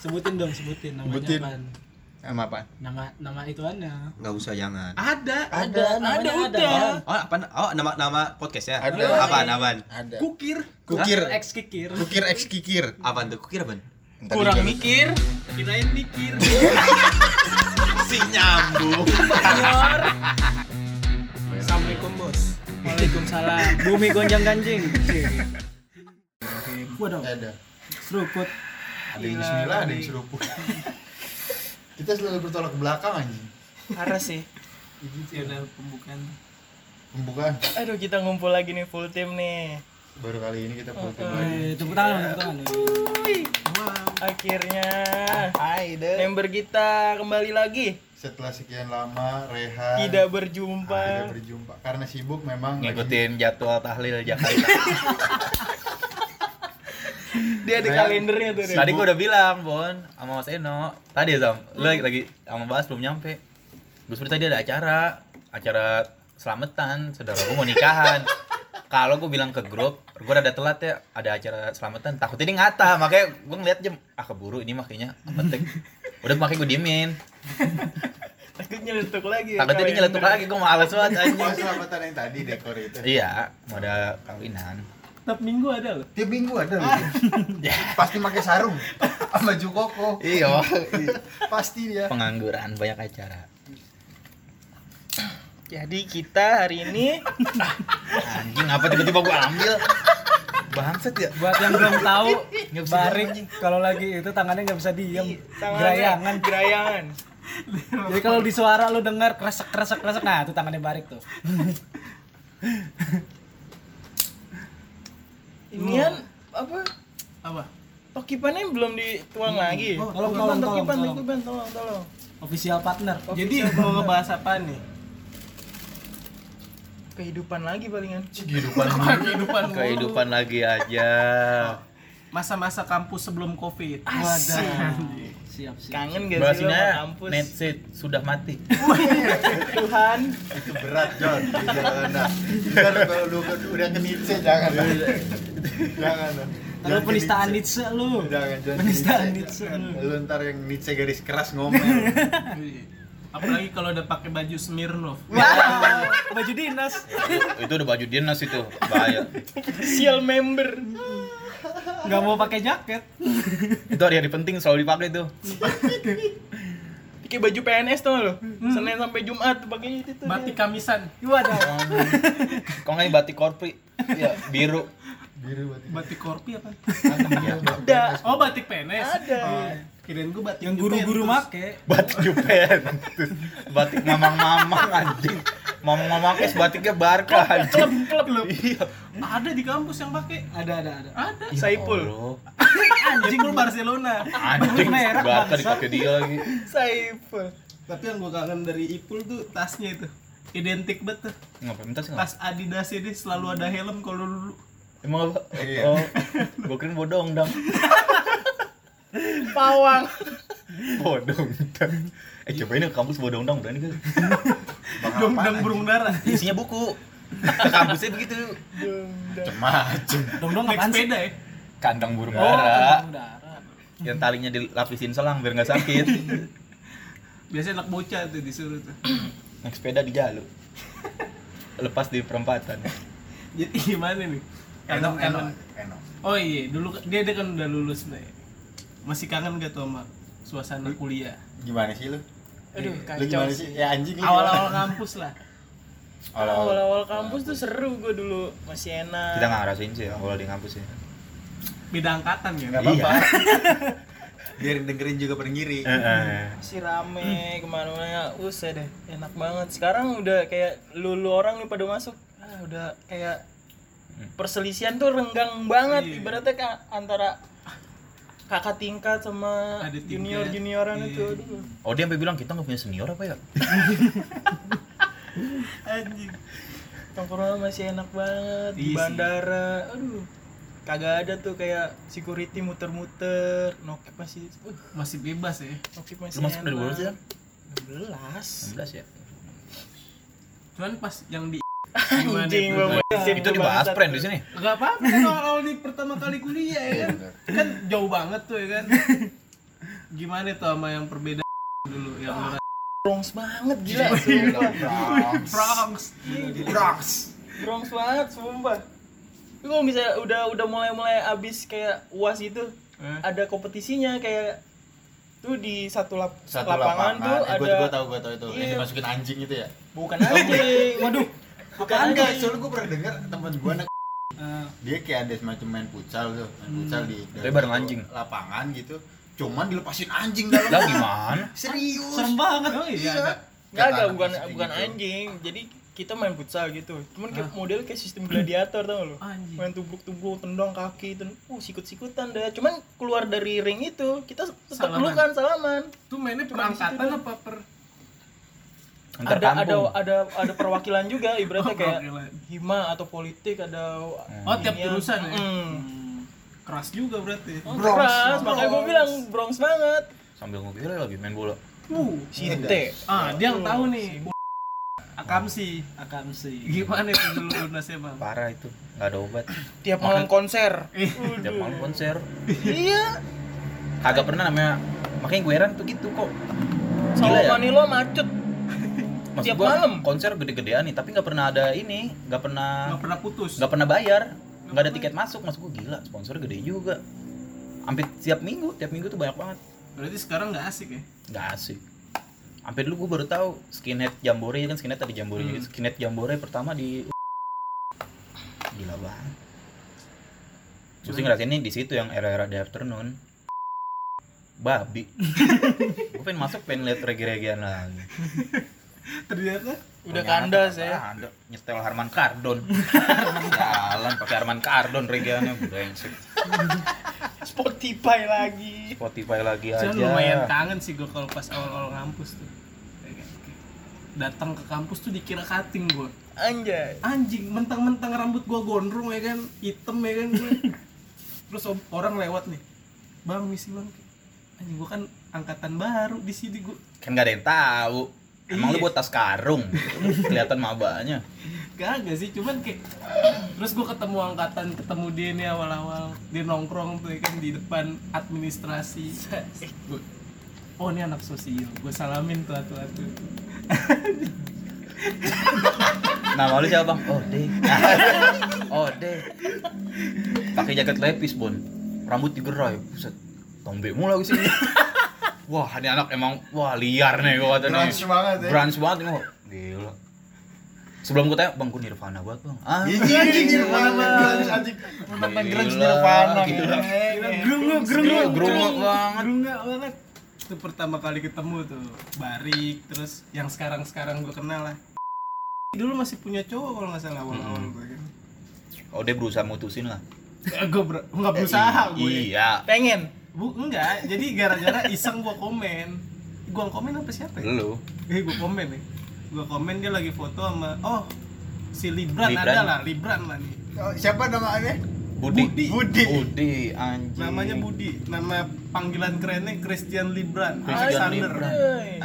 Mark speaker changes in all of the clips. Speaker 1: sebutin dong sebutin namanya
Speaker 2: Sebutin.
Speaker 1: apaan?
Speaker 2: Sama apa?
Speaker 1: nama nama ituannya
Speaker 3: Nggak usah jangan.
Speaker 1: ada
Speaker 4: Ada,
Speaker 1: ada,
Speaker 4: namanya ada.
Speaker 1: udah
Speaker 3: Oh, apa? Oh, nama nama podcastnya?
Speaker 2: Ada.
Speaker 3: Apaan? Apaan?
Speaker 4: Ada.
Speaker 1: kukir
Speaker 2: Kukir.
Speaker 1: Hah? ex kikir
Speaker 2: Kukir X Kikir.
Speaker 3: Apaan tuh? Kukira apaan?
Speaker 2: Ntar
Speaker 4: Kurang
Speaker 2: dijelasin.
Speaker 4: mikir.
Speaker 1: kirain mikir
Speaker 3: Si nyambung.
Speaker 4: Assalamualaikum bos.
Speaker 1: Waalaikumsalam bumi gonjang ganjing waduh
Speaker 4: Ada.
Speaker 1: seruput
Speaker 4: Ada yang bismillah, ada yang seruput. Kita selalu bertolak ke belakang anjing.
Speaker 5: Harus sih.
Speaker 1: gitu ya udah pembukaan
Speaker 4: Pembukaan
Speaker 5: Aduh kita ngumpul lagi nih full tim nih. Oh, iya.
Speaker 4: baru kali ini kita full team lagi.
Speaker 1: eh, tepuk tangan tepuk tangan
Speaker 5: Akhirnya
Speaker 4: Hai deh.
Speaker 5: member kita kembali lagi.
Speaker 4: Setelah sekian lama rehat.
Speaker 5: Tidak
Speaker 4: tidak
Speaker 5: berjumpa.
Speaker 4: berjumpa karena sibuk memang lagi-
Speaker 2: Ngikutin jadwal tahlil Jakarta.
Speaker 5: Dia ada
Speaker 4: Saya-
Speaker 5: kalendernya tuh. Dek.
Speaker 2: Sibuk.
Speaker 6: Tadi gua udah bilang, Bon, sama Mas Eno. Tadi, Sam, lu lagi, lagi sama Bas belum nyampe. Gue sebenernya tadi ada acara, acara selamatan, saudara gua mau nikahan. Kalau gua bilang ke grup, gua rada telat ya, ada acara selamatan, takutnya dia ngata, makanya gua ngeliat jam, ah keburu ini makanya penting. Udah makanya gua diemin,
Speaker 5: Takut nyeletuk
Speaker 1: ya,
Speaker 5: lagi.
Speaker 6: takutnya dia nyeletuk lagi, gua males banget
Speaker 4: Oh,
Speaker 6: anjing.
Speaker 4: selamatan yang tadi dekor itu.
Speaker 6: Iya, mau ada kawinan.
Speaker 1: tiap minggu ada loh
Speaker 4: Tiap minggu ada loh. Pasti pakai sarung sama baju koko.
Speaker 6: Iya,
Speaker 5: Oh,
Speaker 4: Pasti dia.
Speaker 6: pengangguran banyak acara.
Speaker 5: Jadi kita hari ini
Speaker 6: Anjing, apa tiba-tiba gua ambil? Bangsat ya.
Speaker 1: buat yang belum tahu
Speaker 6: Nggak bisa
Speaker 1: barik kalau lagi itu tangannya nggak bisa diem
Speaker 5: tangannya-
Speaker 1: gerayangan
Speaker 5: Gerayangan.
Speaker 1: jadi kalau di suara lu dengar kresek kresek kresek nah itu tangannya barik tuh
Speaker 5: Ini kan apa?
Speaker 1: apa
Speaker 5: Tokipannya belum dituang lagi.
Speaker 1: Oh, tolong,
Speaker 5: Tokipan,
Speaker 1: tolong,
Speaker 5: tokipan,
Speaker 1: tolong,
Speaker 5: tokipan, tolong, tolong.
Speaker 1: official partner
Speaker 5: Jadi mau ngebahas apa nih? Kehidupan lagi palingan.
Speaker 4: Kehidupan
Speaker 6: kehidupan kehidupan lagi aja
Speaker 1: masa-masa kampus sebelum covid
Speaker 5: Asik.
Speaker 1: siap siap
Speaker 5: Kangen gak sih lo sama
Speaker 6: bahasanya
Speaker 5: kampus?
Speaker 6: netset sudah mati
Speaker 5: Tuhan.
Speaker 4: itu berat John di jalanan. Ntar kalau lu lu udah ke Nietzsche jangan lah. jangan lah.
Speaker 1: Kalau
Speaker 4: Jangan ke
Speaker 1: penistaan
Speaker 4: Nietzsche.
Speaker 1: Nietzsche lu.
Speaker 4: Jangan jangan.
Speaker 1: Penistaan
Speaker 4: ke
Speaker 1: Nietzsche.
Speaker 4: Jangan. Lu ntar yang Nietzsche garis keras ngomel.
Speaker 1: Apalagi kalau udah pakai baju Smirnov. baju dinas.
Speaker 6: itu udah baju dinas itu bahaya
Speaker 5: Sial member.
Speaker 1: Nggak mau pakai jaket.
Speaker 6: itu hari hari penting selalu dipakai tuh
Speaker 5: Pakai baju PNS tuh lo.
Speaker 1: Hmm.
Speaker 5: Senin sampai Jumat tuh pakainya itu tuh. Oh, dia.
Speaker 1: kamisan. Waduh.
Speaker 6: kok nggak ini batik korpri ya biru
Speaker 4: Biru batik.
Speaker 1: Batik korpi apa?
Speaker 5: Ada.
Speaker 1: Oh, batik PNS.
Speaker 5: Ada.
Speaker 1: Kirain gua batik Oh, iya. yang guru-guru make.
Speaker 6: batik jupen batik mamang mamang anjing mamang mamang kes batiknya barca anjing
Speaker 5: Klub lo.
Speaker 6: iya
Speaker 1: Ada di kampus yang pakai. Ada, ada, ada. Ada.
Speaker 5: Ya Saipul.
Speaker 1: Anjing lu Barcelona.
Speaker 6: anjing
Speaker 1: Merah,
Speaker 6: barca
Speaker 1: bangsat.
Speaker 6: dipakai dia lagi
Speaker 5: Saipul.
Speaker 1: Tapi yang gua kangen dari Ipul tuh tasnya itu. Identik banget tuh.
Speaker 6: ngapain minta sih nggak?
Speaker 1: Tas Adidas ini selalu ada helm kalau dulu.
Speaker 6: emang apa
Speaker 4: Iya.
Speaker 6: oh gue kira bodong dong
Speaker 5: Pawang.
Speaker 6: bodong dong eh coba ini ke kampus bodong dong berani gak
Speaker 1: Dong dong burung darah.
Speaker 6: isinya buku ke kampusnya begitu
Speaker 4: Macem.
Speaker 1: Dong dong naik sepeda ya.
Speaker 6: kandang burung
Speaker 1: Oh,
Speaker 6: dara
Speaker 1: burung darah.
Speaker 6: yang talinya dilapisin selang biar nggak sakit
Speaker 1: Biasanya anak bocah tuh disuruh tuh.
Speaker 6: naik sepeda di jalur lepas di perempatan
Speaker 1: Jadi gimana nih?
Speaker 4: Enak enak
Speaker 1: Kangen-kangen.
Speaker 4: enak.
Speaker 1: Oh iya, dulu dia dia kan udah lulus nih. Masih kangen gak tuh sama suasana kuliah?
Speaker 4: Gimana sih lu?
Speaker 5: Aduh,
Speaker 4: Lu
Speaker 5: kacau
Speaker 4: gimana sih?
Speaker 5: sih.
Speaker 4: Ya anjing lu.
Speaker 1: Awal-awal kampus lah.
Speaker 4: Awal-awal.
Speaker 5: Awal-awal kampus tuh seru gue dulu. Masih enak.
Speaker 6: kita nggak ngerasain sih awal di kampus Iya. ya
Speaker 1: Beda angkatan ya.
Speaker 4: Nggak apa-apa.
Speaker 3: Biar dengerin juga pada ngiri.
Speaker 6: Eh,
Speaker 5: si rame kemana-mana usah deh enak banget sekarang udah kayak lulu orang nih pada masuk ah, udah kayak perselisihan tuh renggang banget
Speaker 1: Iya.
Speaker 5: ibaratnya ka- antara kakak tingkat sama
Speaker 1: Ada tingkat.
Speaker 5: junior junioran
Speaker 1: Iya.
Speaker 5: itu aduh
Speaker 6: oh dia sampai bilang kita nggak punya senior apa ya
Speaker 1: Anjing.
Speaker 5: tongkrongan masih enak banget di
Speaker 1: Iya sih.
Speaker 5: bandara aduh kagak ada tuh kayak security muter-muter nokip masih uh,
Speaker 1: Masih bebas ya.
Speaker 5: nokip
Speaker 6: lu
Speaker 5: masih
Speaker 6: masuk dari berapa sih 16
Speaker 5: 16
Speaker 6: ya
Speaker 1: Cuman pas yang di Gimana
Speaker 5: anjing
Speaker 1: tuh?
Speaker 5: bawa
Speaker 6: itu dibahas friend di sini
Speaker 1: Gak
Speaker 4: Iya,
Speaker 1: apa-apa kan awal-awal di pertama kali kuliah ya kan. Kan jauh banget tuh ya kan. gimana tuh sama yang perbedaan dulu yang lu
Speaker 5: Bronx banget gila.
Speaker 1: Bronx Bronx
Speaker 5: Bronx banget sumpah. Tapi kalau misalnya udah udah mulai-mulai abis kayak UAS itu,
Speaker 1: Eh.
Speaker 5: ada kompetisinya kayak tuh di satu, lap-
Speaker 4: Satu
Speaker 5: lapangan,
Speaker 4: lapangan,
Speaker 5: tuh
Speaker 4: eh,
Speaker 5: ada
Speaker 4: gua, gua tahu gua tahu itu yang
Speaker 5: Iya.
Speaker 4: dimasukin anjing itu ya
Speaker 5: bukan anjing. Waduh. Bukan
Speaker 4: Apaan enggak,
Speaker 5: anjing.
Speaker 4: soalnya gue pernah dengar temen gue anak
Speaker 5: Eh.
Speaker 4: dia kayak ada semacam main futsal tuh, main
Speaker 5: Hmm.
Speaker 4: futsal di
Speaker 6: Tapi bareng anjing.
Speaker 4: lapangan gitu. Cuman dilepasin anjing dalam.
Speaker 6: Lah gimana?
Speaker 4: Serius.
Speaker 1: serem banget oh iya ada.
Speaker 5: Enggak, enggak,
Speaker 4: Kata
Speaker 5: bukan
Speaker 4: anak
Speaker 5: bukan
Speaker 4: gitu.
Speaker 5: anjing. Jadi kita main futsal gitu. Cuman kayak model kayak sistem gladiator tau lo.
Speaker 1: Anjing.
Speaker 5: Main tubruk-tubruk, tendang kaki, ten uh sikut-sikutan dah. Cuman keluar dari ring itu, kita tetap
Speaker 1: Salaman.
Speaker 5: pelukan salaman.
Speaker 1: tuh mainnya perangkatan apa per
Speaker 6: Antar
Speaker 5: ada, ada
Speaker 6: kampung.
Speaker 5: ada ada perwakilan juga ibaratnya
Speaker 1: Oh,
Speaker 5: kayak
Speaker 1: perwakilan.
Speaker 5: hima atau politik ada
Speaker 1: oh tiap
Speaker 5: Iya.
Speaker 1: jurusan ya
Speaker 5: Mm.
Speaker 1: Hmm. keras juga berarti
Speaker 5: Oh,
Speaker 4: Bronx.
Speaker 5: keras, makanya gue
Speaker 1: Bronx.
Speaker 5: bilang Bronx banget
Speaker 6: Sambil ngobrol lagi main bola.
Speaker 1: uh
Speaker 5: si
Speaker 4: Iya,
Speaker 5: T
Speaker 4: guys.
Speaker 1: ah dia yang tahu nih akamsi akamsi gimana itu dulu lunasnya bang
Speaker 6: Parah itu. Enggak ada obat.
Speaker 5: tiap malam konser
Speaker 6: Tiap malam konser.
Speaker 1: ya?
Speaker 5: iya
Speaker 6: Kagak pernah namanya makanya gue heran tuh gitu kok.
Speaker 5: sama
Speaker 6: ya?
Speaker 5: Manila macet
Speaker 6: Maksud
Speaker 5: Tiap
Speaker 6: gua,
Speaker 5: malam.
Speaker 6: konser gede-gedean nih, tapi nggak pernah ada ini, nggak pernah
Speaker 1: nggak pernah putus
Speaker 6: nggak pernah bayar, nggak ada tiket masuk. Maksud gue gila, sponsor gede juga. Hampir tiap minggu, tiap minggu tuh banyak banget.
Speaker 1: berarti sekarang nggak asik ya
Speaker 6: Nggak asik. Hampir dulu gue baru tahu skinhead jambore kan skinhead ada jambore
Speaker 1: Hmm.
Speaker 6: juga. Skinhead jambore pertama di gila banget. Terus ngerasain ini di situ yang era-era the afternoon. Babi. gue pengen masuk pengen lihat regi-regian lagi.
Speaker 1: ternyata
Speaker 6: Ternyata
Speaker 5: udah kandas ya
Speaker 6: apaan, dok? nyetel Harman Kardon. Jalan pakai Harman Kardon regiannya brengsek.
Speaker 5: Spotify lagi
Speaker 6: Spotify lagi Ya aja.
Speaker 1: Cuman lumayan kangen sih gue kalau pas awal-awal ngampus tuh. Kayak- kayak Datang ke kampus tuh dikira kating gue.
Speaker 5: anjay
Speaker 1: Anjing, mentang-mentang rambut gue gondrong ya kan, hitam ya kan gue. Terus om- orang lewat nih, bang misi bang. Anjing gue kan angkatan baru di sini gue
Speaker 6: Kan gak ada yang tahu. Emang lu
Speaker 1: Iya.
Speaker 6: buat tas karung. Kelihatan mabanya.
Speaker 1: Kagak sih, cuman kayak Terus gue ketemu angkatan, ketemu dia nih awal-awal Dia nongkrong tuh ya kan di depan administrasi Gua, Oh ini anak sosio, gue salamin tuh atu-atu
Speaker 6: Nama lu siapa, Bang? Oh, deh. oh, deh. Pakai jaket lepis, Bon. Rambut digerai. Buset. Tombe mulu lagi sini. Wah, ini anak emang wah liar nih gua kata nih.
Speaker 4: Grunge banget ya.
Speaker 6: Grunge banget ini. wah. Gila. Sebelum gua tanya, Bang, gua Nirvana banget, Bang. Ah,
Speaker 4: Iya, anjing Nirvana grunge anjing. Menentang grunge Nirvana.
Speaker 6: Gila.
Speaker 1: Gerungu, gerungu,
Speaker 6: Iya, gerungu banget.
Speaker 1: Gerungu banget Itu pertama kali ketemu tuh Barik, terus yang sekarang-sekarang gue kenal lah Dulu masih punya cowok kalau nggak salah awal-awal
Speaker 6: Hmm.
Speaker 1: gue kan
Speaker 6: Oh, dia berusaha mutusin lah.
Speaker 1: Gue nggak berusaha ya. gue
Speaker 6: Iya.
Speaker 5: pengen
Speaker 1: Bu, enggak. Jadi gara-gara iseng gua komen. Gua komen apa siapa ya?
Speaker 6: Lu.
Speaker 1: Eh, gua komen nih. Gua komen dia lagi foto sama oh si Libran,
Speaker 6: Libran.
Speaker 1: ada lah, Libran lah nih.
Speaker 4: Oh, Siapa namanya?
Speaker 6: Budi.
Speaker 1: Budi.
Speaker 6: Budi, anjing.
Speaker 1: Namanya Budi, nama panggilan kerennya Christian Libran.
Speaker 6: Christian
Speaker 1: Alexander.
Speaker 6: Libran.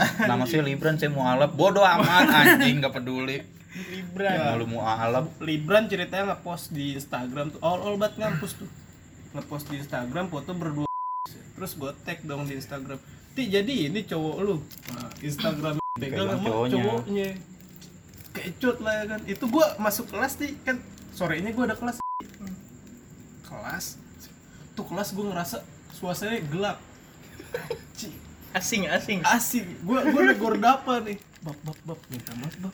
Speaker 5: Anjay.
Speaker 6: Nama saya Libran, saya mualaf. Bodoh amat anjing, gak peduli.
Speaker 5: Libra
Speaker 6: Mau lu mualaf.
Speaker 1: Libran ceritanya ngepost di Instagram tuh all all bat ngampus tuh ngepost di Instagram foto berdua terus gue tag dong di Instagram ti jadi ini cowok lu nah, Instagram pegang
Speaker 6: Pegang
Speaker 1: sama
Speaker 6: cowoknya.
Speaker 1: cowoknya kecut lah ya kan itu gue masuk kelas nih kan sorenya gue ada kelas kelas tuh kelas gue ngerasa suasananya gelap Cih,
Speaker 5: asing asing
Speaker 1: asing gua gua udah gordapa nih bab bab bab minta maaf bab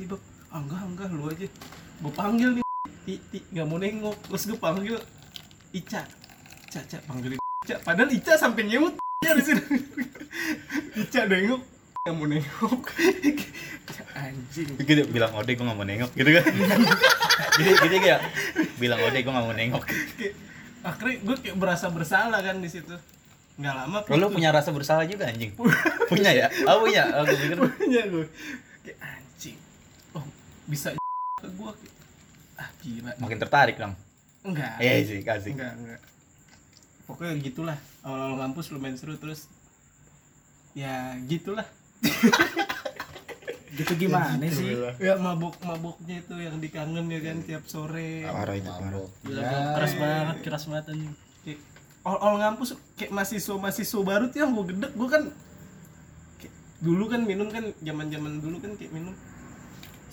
Speaker 1: ti bab ah enggak enggak lu aja gua panggil nih ti ti nggak mau nengok terus gua panggil Ica Ica Ica panggilin Ica padahal Ica sampai nyeut ya di sini Ica nengok nggak mau nengok anjing
Speaker 6: Gitu bilang Ode gue gak mau nengok gitu kan. jadi jadi kayak bilang Ode gue gak mau nengok.
Speaker 1: Kayak, akhirnya gua kayak berasa bersalah kan di situ nggak lama
Speaker 6: Lo lu punya rasa bersalah juga anjing. punya ya? Oh punya. Oh, gue pikir
Speaker 1: punya gue kayak anjing oh bisa ke gua ah gila
Speaker 6: makin tertarik dong.
Speaker 1: enggak
Speaker 6: Iya sih, kasih.
Speaker 1: Enggak, enggak. Pokoknya gitulah. Awal-awal kampus lumayan seru terus ya gitulah.
Speaker 7: gitu gimana sih
Speaker 1: Ya mabok-maboknya itu yang dikangen ya kan tiap sore.
Speaker 6: Iya. Parah itu
Speaker 7: Ya.
Speaker 6: parah.
Speaker 4: Mabok.
Speaker 7: keras banget keras banget anjing
Speaker 1: Kayak, all, all ngampus kayak mahasiswa mahasiswa baru tuh yang gue gedek gue kan kayak, dulu kan minum kan zaman zaman dulu kan kayak minum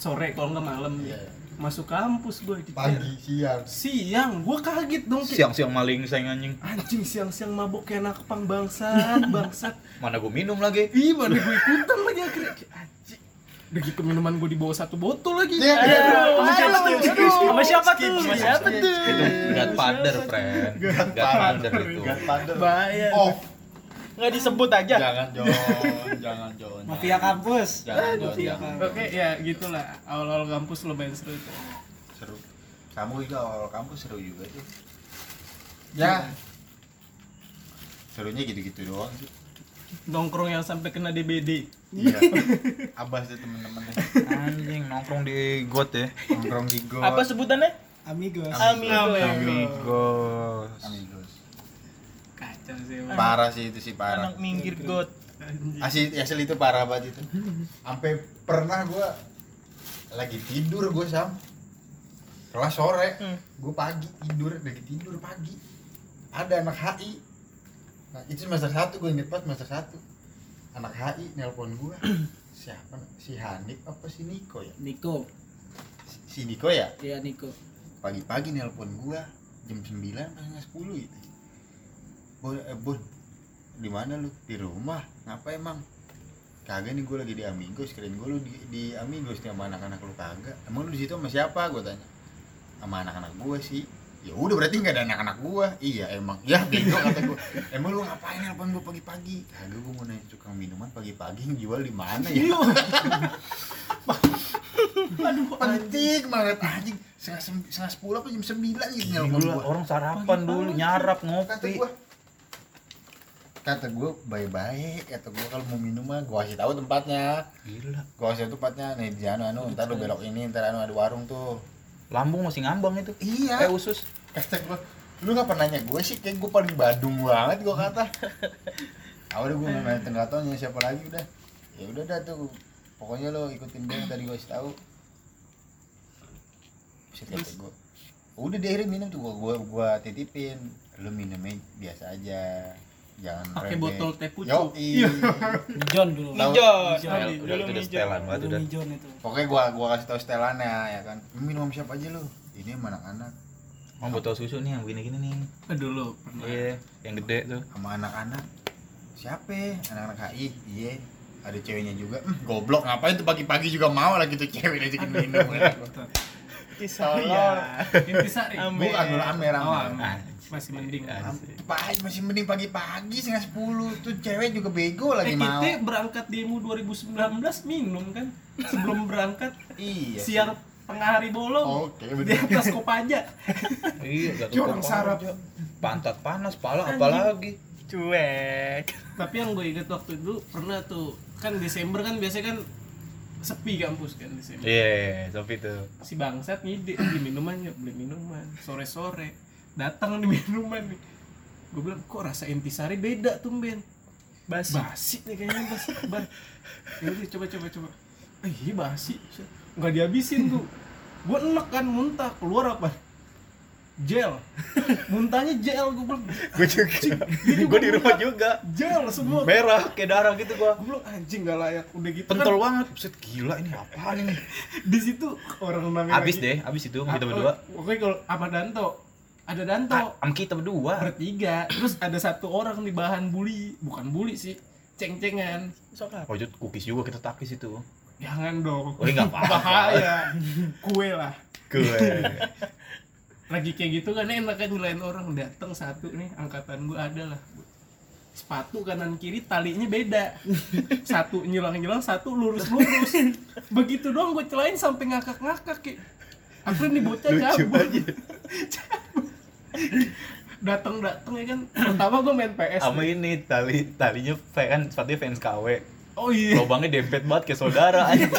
Speaker 1: sore kalau nggak malam
Speaker 4: Iya.
Speaker 1: masuk kampus gue
Speaker 4: pagi siang
Speaker 1: siang gue kaget dong kayak,
Speaker 6: Siang-siang maling sayang anjing.
Speaker 1: anjing siang-siang mabok kayak anak pang bangsat bangsat
Speaker 6: Mana gue minum lagi.
Speaker 1: Ih, mana gue ikutan lagi akhirnya. Kayak, Anjing. Lagi ke minuman gue dibawa satu botol lagi.
Speaker 4: Iya, iya, iya.
Speaker 1: Aduh,
Speaker 4: Skip,
Speaker 1: aduh,
Speaker 4: skip, skip,
Speaker 1: aduh.
Speaker 4: skip.
Speaker 5: Sama siapa
Speaker 4: Skip,
Speaker 5: tuh?
Speaker 4: skip,
Speaker 1: Iya,
Speaker 5: Siapa
Speaker 4: skip.
Speaker 5: tuh?
Speaker 6: Itu
Speaker 4: Iya,
Speaker 6: Godfather, friend. Godfather itu.
Speaker 4: Godfather.
Speaker 1: Bahaya.
Speaker 4: Off.
Speaker 5: Nggak disebut aja.
Speaker 8: Jangan Jon, jangan Jon.
Speaker 9: Mafia kampus.
Speaker 8: Jangan Jon,
Speaker 9: Mafia
Speaker 8: jangan.
Speaker 9: kampus.
Speaker 1: Oke, ya gitulah. Awal-awal kampus lumayan seru itu.
Speaker 8: Seru. Kamu juga awal kampus seru juga sih.
Speaker 4: Ya,
Speaker 8: Serunya gitu-gitu doang sih.
Speaker 1: Nongkrong yang sampai kena DBD.
Speaker 8: Iya. Abas deh temen-temennya.
Speaker 6: Anjing nongkrong di got ya.
Speaker 8: Nongkrong di got.
Speaker 5: Apa sebutannya?
Speaker 9: Amigos.
Speaker 5: Amigo.
Speaker 4: Iya.
Speaker 6: Amigos.
Speaker 8: Amigos.
Speaker 9: Kacau sih. Bang.
Speaker 8: Parah sih itu sih parah.
Speaker 5: Anak minggir got.
Speaker 8: Asli, asli itu parah banget itu.
Speaker 4: sampai pernah gua lagi tidur gua sam. Kelas sore,
Speaker 5: Hmm.
Speaker 4: gua pagi tidur, lagi tidur pagi. Ada anak HI. Nah, itu semester 1 gua inget pas semester 1. Anak HI nelpon gua. Siapa? Si Hanif apa si Niko ya?
Speaker 9: Niko.
Speaker 4: Si Niko ya?
Speaker 9: Iya Niko.
Speaker 4: pagi-pagi nelpon gua jam 9 apa setengah 10 gitu. Bon, eh, bon. Di mana lu? Di rumah. Ngapa emang? Kagak nih gua lagi di Amigos, keren gua lu di, di Amigos nih sama anak-anak lu kagak. Emang lu di situ sama siapa? Gua tanya. Sama anak-anak gua sih. Ya udah berarti nggak ada anak-anak gua. Iya emang. Ya bego kata gua. Emang lu ngapain nelpon gua pagi-pagi? Kagak gua mau nanya tukang minuman pagi-pagi yang jual di mana ya? Penting banget anjing. Setengah sem- setengah 10 apa jam 9 gitu nelpon
Speaker 6: Dulu
Speaker 4: gua.
Speaker 6: orang sarapan dulu nyarap
Speaker 4: kata
Speaker 6: ngopi.
Speaker 4: gua kata gua baik-baik kata gua kalau mau minum mah gua kasih tahu tempatnya
Speaker 6: Gila.
Speaker 4: gua kasih tahu tempatnya nih di anu anu ntar lu belok ini ntar anu ada warung tuh
Speaker 6: Lambung masih ngambang itu.
Speaker 4: iya
Speaker 6: Eh usus.
Speaker 4: kata gua lu ngapa nanya gua sih kayak gua paling badung banget gua kata awalnya gua nggak nanya tengah tanya siapa lagi udah ya udah dah tuh pokoknya lo ikutin gua yang tadi gua kasih tahu Buset, kata gua udah deh akhirnya minum tuh gua gua, gua titipin lu minumnya biasa aja jangan
Speaker 1: Pakai
Speaker 4: rebek.
Speaker 1: botol teh pucuk.
Speaker 4: Yoi.
Speaker 9: Mijon dulu.
Speaker 5: Mijon.
Speaker 4: Iya,
Speaker 6: Udah
Speaker 5: Tadi,
Speaker 6: udah
Speaker 5: Dulu
Speaker 6: itu udah
Speaker 5: mijon.
Speaker 6: setelan banget
Speaker 9: Dulu
Speaker 6: udah.
Speaker 9: Mijon itu.
Speaker 4: pokoknya gua gua kasih tahu setelannya ya kan minum sama siapa aja lu ini sama anak-anak
Speaker 6: Mau botol susu nih yang begini-gini nih.
Speaker 1: Aduh lo, pernah.
Speaker 6: Iya, yang gede tuh.
Speaker 4: sama anak-anak siapa anak-anak HI iya ada ceweknya juga hmm, goblok ngapain tuh pagi-pagi juga mau lagi tuh cewek diajakin minum Iya.
Speaker 5: Insyaallah.
Speaker 1: Intisari.
Speaker 5: Amin.
Speaker 4: bukan dulu ame
Speaker 1: Oh,
Speaker 4: rame
Speaker 6: Ah.
Speaker 1: aman. masih mending.
Speaker 6: Iya.
Speaker 1: Eh,
Speaker 4: Pagi masih mending pagi-pagi setengah sepuluh tuh cewek juga bego lagi mau.
Speaker 1: kita Eh, berangkat demo 2019 minum kan sebelum berangkat
Speaker 4: Iya. sih.
Speaker 1: siang tengah hari bolong
Speaker 4: Oke,
Speaker 1: di
Speaker 4: bener.
Speaker 1: atas kopaja
Speaker 6: Iya, jatuh
Speaker 4: Jorang
Speaker 6: kepala,
Speaker 4: sarap.
Speaker 6: Cok. Pantat panas, pala apalagi.
Speaker 5: Cuek.
Speaker 1: tapi yang gue inget waktu itu pernah tuh kan Desember kan biasanya kan sepi kampus kan Desember
Speaker 6: Iya, tapi tuh.
Speaker 1: si bangsat ngide beli minuman ya beli minuman sore sore datang nih minuman nih gue bilang kok rasa intisari beda tuh Ben
Speaker 5: Basi.
Speaker 1: basi nih kayaknya basi ban yaudah coba coba coba eh basi nggak dihabisin tuh gue enak kan muntah keluar apa gel muntahnya gel gue bilang
Speaker 6: Gue juga. Gue di rumah juga.
Speaker 1: gel semua
Speaker 6: Merah kayak darah gitu gua.
Speaker 1: gue bilang anjing gak layak udah gitu kan
Speaker 6: Pentol banget. Buset, gila ini apaan ini?
Speaker 1: di situ orang namanya
Speaker 6: Abis deh, abis itu kita berdua.
Speaker 1: oke kalau sama Danto ada Danto
Speaker 6: Ah, Sama kita berdua.
Speaker 1: bertiga terus ada satu orang di bahan bully bukan bully sih ceng-cengan
Speaker 5: Sok apa?
Speaker 6: Wajud cookies juga kita takis itu.
Speaker 1: jangan dong
Speaker 6: Oh, enggak apa-apa.
Speaker 1: bahaya kue lah
Speaker 6: Gue.
Speaker 1: lagi kayak gitu kan enak kan nyelain orang datang satu nih angkatan gua ada lah sepatu kanan kiri talinya beda satu nyilang nyilang satu lurus lurus begitu doang gue celain sampai ngakak ngakak kayak akhirnya nih bocah cabut datang datang ya kan pertama gue main PS
Speaker 6: Sama ini tali talinya fe- kan sepatunya fans KW.
Speaker 1: oh iya
Speaker 6: Lobangnya dempet banget kayak saudara anjing.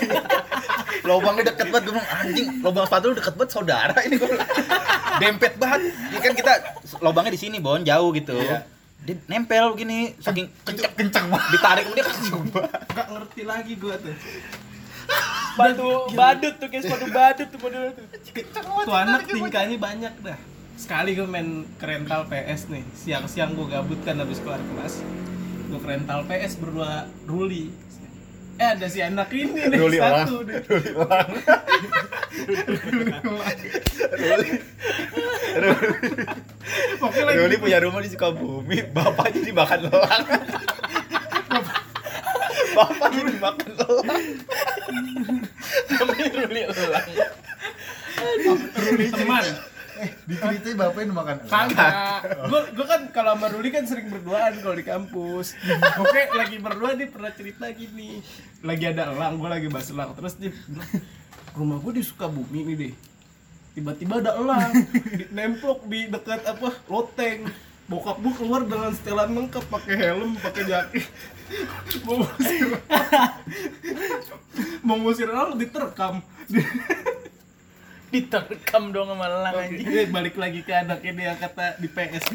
Speaker 6: Lobangnya deket banget gue bilang anjing, lobang sepatu lu deket banget saudara ini gue bilang. Dempet banget. Ya kan kita lobangnya di sini, Bon, jauh gitu. Dia nempel gini saking kenceng kenceng ditarik dia coba
Speaker 1: gak ngerti lagi gue tuh
Speaker 5: Batu badut tuh kayak sepatu badut tuh modelnya tuh.
Speaker 1: tuh anak tingkahnya banyak dah sekali gue main ke rental PS nih siang-siang gue gabut kan habis keluar kelas gue ke rental PS berdua Ruli eh ada si anak ini nih
Speaker 6: Ruli
Speaker 1: satu nih Pokoknya lagi
Speaker 6: Ruli punya rumah di Sukabumi, bapaknya dimakan lelang. bapaknya dimakan lelang.
Speaker 5: namanya Ruli Elang
Speaker 1: Ruli teman
Speaker 4: Diceritain bapaknya makan
Speaker 1: Kagak. Gue gue kan kalau sama Ruli kan sering berduaan kalau di kampus. Oke, lagi berdua dia pernah cerita gini. Lagi ada elang, gue lagi bahas elang. Terus dia bilang, rumah gue di Sukabumi nih deh. Tiba-tiba ada elang di- nemplok di dekat apa loteng. Bokap gue keluar dengan setelan lengkap, pakai helm, pakai jaket. Mau ngusir, mau ngusir elang diterkam.
Speaker 5: diterkam dong sama Elang
Speaker 1: Oke,
Speaker 5: anjing
Speaker 1: ini balik lagi ke anak ini yang kata di PS.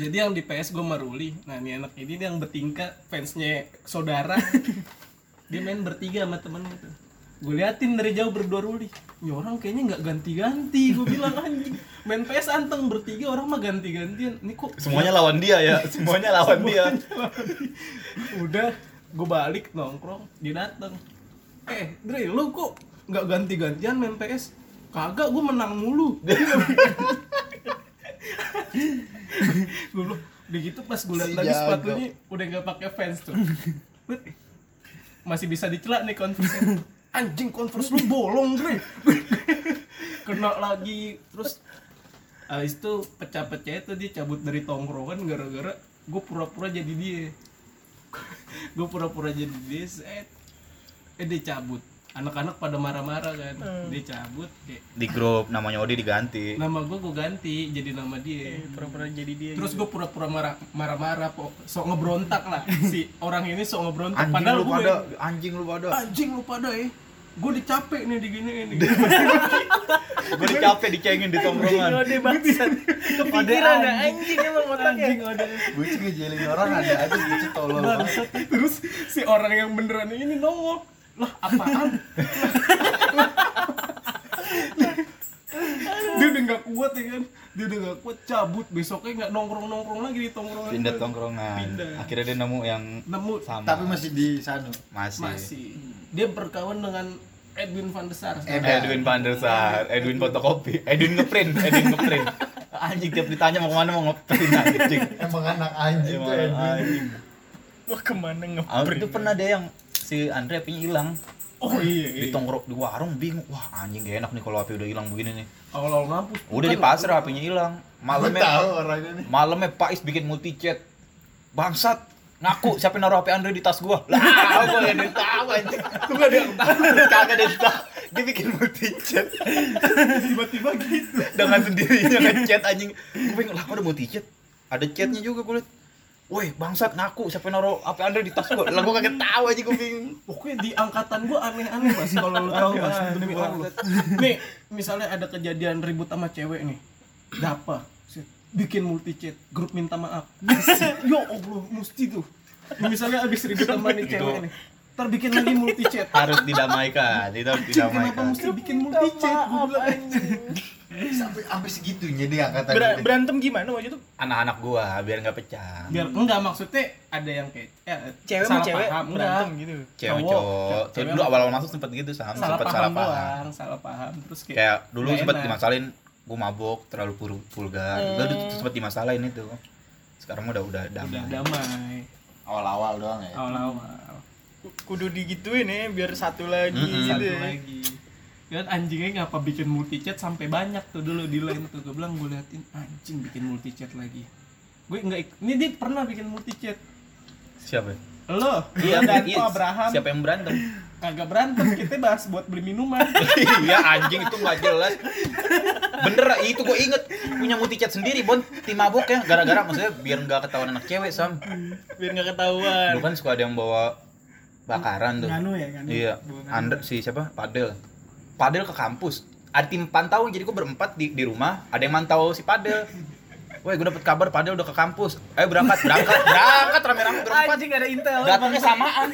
Speaker 1: Jadi yang di PS gue meruli. Nah ini anak ini nih yang bertingkah fansnya saudara. Dia main bertiga sama temennya tuh. Gue liatin dari jauh berdua ruli. Ini orang kayaknya nggak ganti-ganti. Gue bilang anjing. Main PS anteng bertiga orang mah ganti-gantian. Ini kok
Speaker 6: Semuanya lawan dia ya, semuanya lawan dia.
Speaker 1: udah gue balik nongkrong dia dateng eh Dre lu kok nggak ganti-gantian main PS kagak gue menang mulu gue bilang udah gitu pas gue liat lagi sepatunya udah nggak pakai fans tuh masih bisa dicela nih converse anjing converse lu bolong Dre kena lagi terus abis itu pecah-pecah itu dia cabut dari tongkrongan gara-gara gue pura-pura jadi dia gue pura-pura jadi dia set eh dia cabut anak-anak pada marah-marah kan dia cabut kayak,
Speaker 6: Di grup namanya Odi diganti.
Speaker 1: nama gue gue ganti jadi nama dia
Speaker 5: Iya, pura-pura jadi dia gitu.
Speaker 1: terus gue pura-pura marah marah-marah po sok ngebrontak lah si orang ini sok ngebrontak
Speaker 6: Anjing
Speaker 1: padahal
Speaker 6: lu
Speaker 1: gue
Speaker 6: pada, anjing lu pada.
Speaker 1: anjing lu pada eh gue dicapek nih diginiin
Speaker 6: Gue capek dicengin di
Speaker 1: Iya,
Speaker 6: tongkrongan.
Speaker 5: Ode bangsat kepikiran dah anjing emang otaknya
Speaker 4: Bucin ngejelin orang ada aja gitu, bucin tolol banget.
Speaker 1: terus si orang yang beneran ini nongol lah apaan dia udah nggak kuat ya kan dia udah nggak kuat cabut besoknya nggak nongkrong nongkrong lagi di tongkrongan
Speaker 6: Pindah
Speaker 1: gua. Pindah.
Speaker 6: tongkrongan. Akhirnya dia nemu yang
Speaker 1: nemu
Speaker 6: sama.
Speaker 4: Tapi masih di sana.
Speaker 6: masih.
Speaker 1: masih dia berkawan dengan Edwin van der Sar
Speaker 6: Edwin Pandersar, Edwin fotokopi, Edwin ngeprint, Edwin ngeprint. Anjing tiap ditanya mau kemana mau ngeprint anjing.
Speaker 4: Emang anak anjing tuh
Speaker 6: Emang
Speaker 4: Edwin.
Speaker 6: anjing.
Speaker 5: mau kemana nge
Speaker 6: Ah, itu pernah deh yang si Andre apinya hilang
Speaker 1: oh iya, iya.
Speaker 6: di tongkrong di warung bingung wah anjing gak enak nih kalau api udah hilang begini nih
Speaker 1: awal awal ngampus
Speaker 6: udah di pasar apinya hilang
Speaker 4: Gue
Speaker 6: malamnya
Speaker 4: tahu orangnya nih.
Speaker 6: malamnya Pais bikin multi chat bangsat ngaku siapa yang naruh HP Andre di tas gua lah gua gak ada yang tahu anjing gua gak ada yang tahu kagak ada yang tahu dia bikin multi chat
Speaker 1: tiba-tiba gitu
Speaker 6: dengan sendirinya ngechat anjing gue pengen lah kok ada multi chat ada chatnya juga gue liat Woi bangsat ngaku siapa yang naruh HP Andre di tas gua lah gua kagak tahu aja gue bingung
Speaker 1: Pokoknya di angkatan gue aneh-aneh mas kalau lu tahu mas demi Allah. Nih misalnya ada kejadian ribut sama cewek nih, dapa Set. bikin multi chat grup minta maaf. Yo Allah mesti tuh. Nih, misalnya abis ribut sama nih cewek
Speaker 5: Gitu.
Speaker 1: nih, ntar bikin lagi multi chat.
Speaker 6: harus didamaikan itu harus
Speaker 1: Kenapa
Speaker 6: didamaikan
Speaker 1: mesti bikin multi chat? Gua bilang,
Speaker 4: Sampai sampai segitunya dia angkatan
Speaker 5: Bera-
Speaker 4: dia.
Speaker 5: berantem gimana waktu itu
Speaker 6: anak-anak gua biar nggak pecah
Speaker 1: Biar enggak maksudnya ada yang kayak eh,
Speaker 5: cewek sama
Speaker 1: salah
Speaker 5: cewek
Speaker 1: paham. Enggak.
Speaker 5: berantem gitu
Speaker 6: cewek
Speaker 1: Cowok.
Speaker 6: cowok
Speaker 1: Cewek
Speaker 6: dulu
Speaker 1: sama-
Speaker 6: awal-awal masuk sempet gitu sama
Speaker 1: Salah
Speaker 6: sempet
Speaker 1: paham,
Speaker 6: salah paham
Speaker 1: doang, salah paham terus kayak,
Speaker 6: kayak dulu
Speaker 1: Iya. nggak
Speaker 6: sempet
Speaker 1: enak. Iya.
Speaker 6: dimasalin gua mabok terlalu pur- vulgar gua dulu sempet dimasalahin itu sekarang udah udah
Speaker 1: udah
Speaker 6: damai
Speaker 1: damai
Speaker 4: Awal-awal doang ya.
Speaker 1: awal-awal.
Speaker 5: kudu digituin ya biar satu lagi gitu
Speaker 1: satu
Speaker 5: ya.
Speaker 1: lagi kan anjingnya ngapa bikin multi chat sampai banyak tuh dulu di lain tuh gue bilang gue liatin anjing bikin multi chat lagi gue nggak ik- ini dia pernah bikin multi chat
Speaker 6: siapa ya?
Speaker 1: lo
Speaker 6: iya
Speaker 1: dan
Speaker 6: iya.
Speaker 1: oh Abraham
Speaker 6: siapa yang berantem
Speaker 1: kagak berantem kita bahas buat beli minuman
Speaker 6: iya anjing itu nggak jelas bener itu gue inget punya multi chat sendiri bon tim mabuk ya gara-gara maksudnya biar nggak ketahuan anak cewek sam
Speaker 5: biar nggak ketahuan
Speaker 6: lu kan suka ada yang bawa bakaran tuh
Speaker 10: Nganu ya, nganu.
Speaker 6: iya
Speaker 10: Bawa nganu.
Speaker 6: Andre si siapa Padel Padel ke kampus ada tim pantau jadi gue berempat di, di rumah ada yang mantau si Padel Woi, gue dapet kabar Padel udah ke kampus. Ayo Eh, berangkat, berangkat, berangkat rame-rame berempat. anjing ada intel. Datangnya samaan.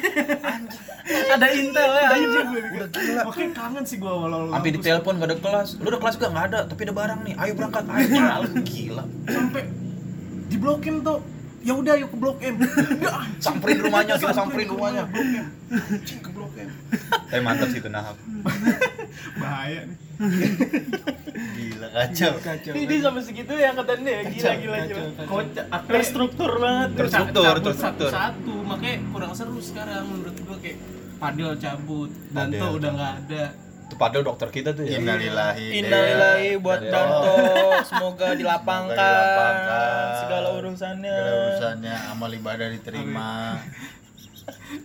Speaker 6: ada intel ya. anjing. Udah gila.
Speaker 11: Makanya kangen sih gua walau
Speaker 6: Sampai di telepon gak ada kelas. Lu udah kelas gak? Gak ada, tapi ada barang nih. Ayo berangkat. Ayo malu gila.
Speaker 11: Iya. sampai diblokin tuh. Ya udah yuk ke Blok M. Ya,
Speaker 6: Samperin rumahnya, kita samperin rumahnya.
Speaker 11: Blok M. Cing ke Blok M.
Speaker 6: Tapi mantap sih itu nahap.
Speaker 11: Bahaya nih.
Speaker 4: Gila kacau.
Speaker 11: Kacau.
Speaker 5: Ini dia sampai segitu ya katanya ya gila gila gila.
Speaker 11: Kocak. Akhirnya
Speaker 5: Terstruktur banget.
Speaker 6: Terstruktur,
Speaker 11: cabut
Speaker 6: terstruktur.
Speaker 11: Satu-satu, makanya kurang seru sekarang menurut gua kayak Padel cabut, Danto
Speaker 6: Padel.
Speaker 11: udah nggak ada.
Speaker 6: Itu padahal dokter kita tuh ya.
Speaker 11: Iya,
Speaker 4: Innalillahi.
Speaker 5: Innalillahi buat
Speaker 4: Dari
Speaker 5: Danto,
Speaker 4: Allah.
Speaker 5: semoga dilapangkan,
Speaker 4: Iya. Semoga dilapangkan.
Speaker 5: segala urusannya.
Speaker 11: Eh.
Speaker 4: Segala urusannya amal ibadah diterima.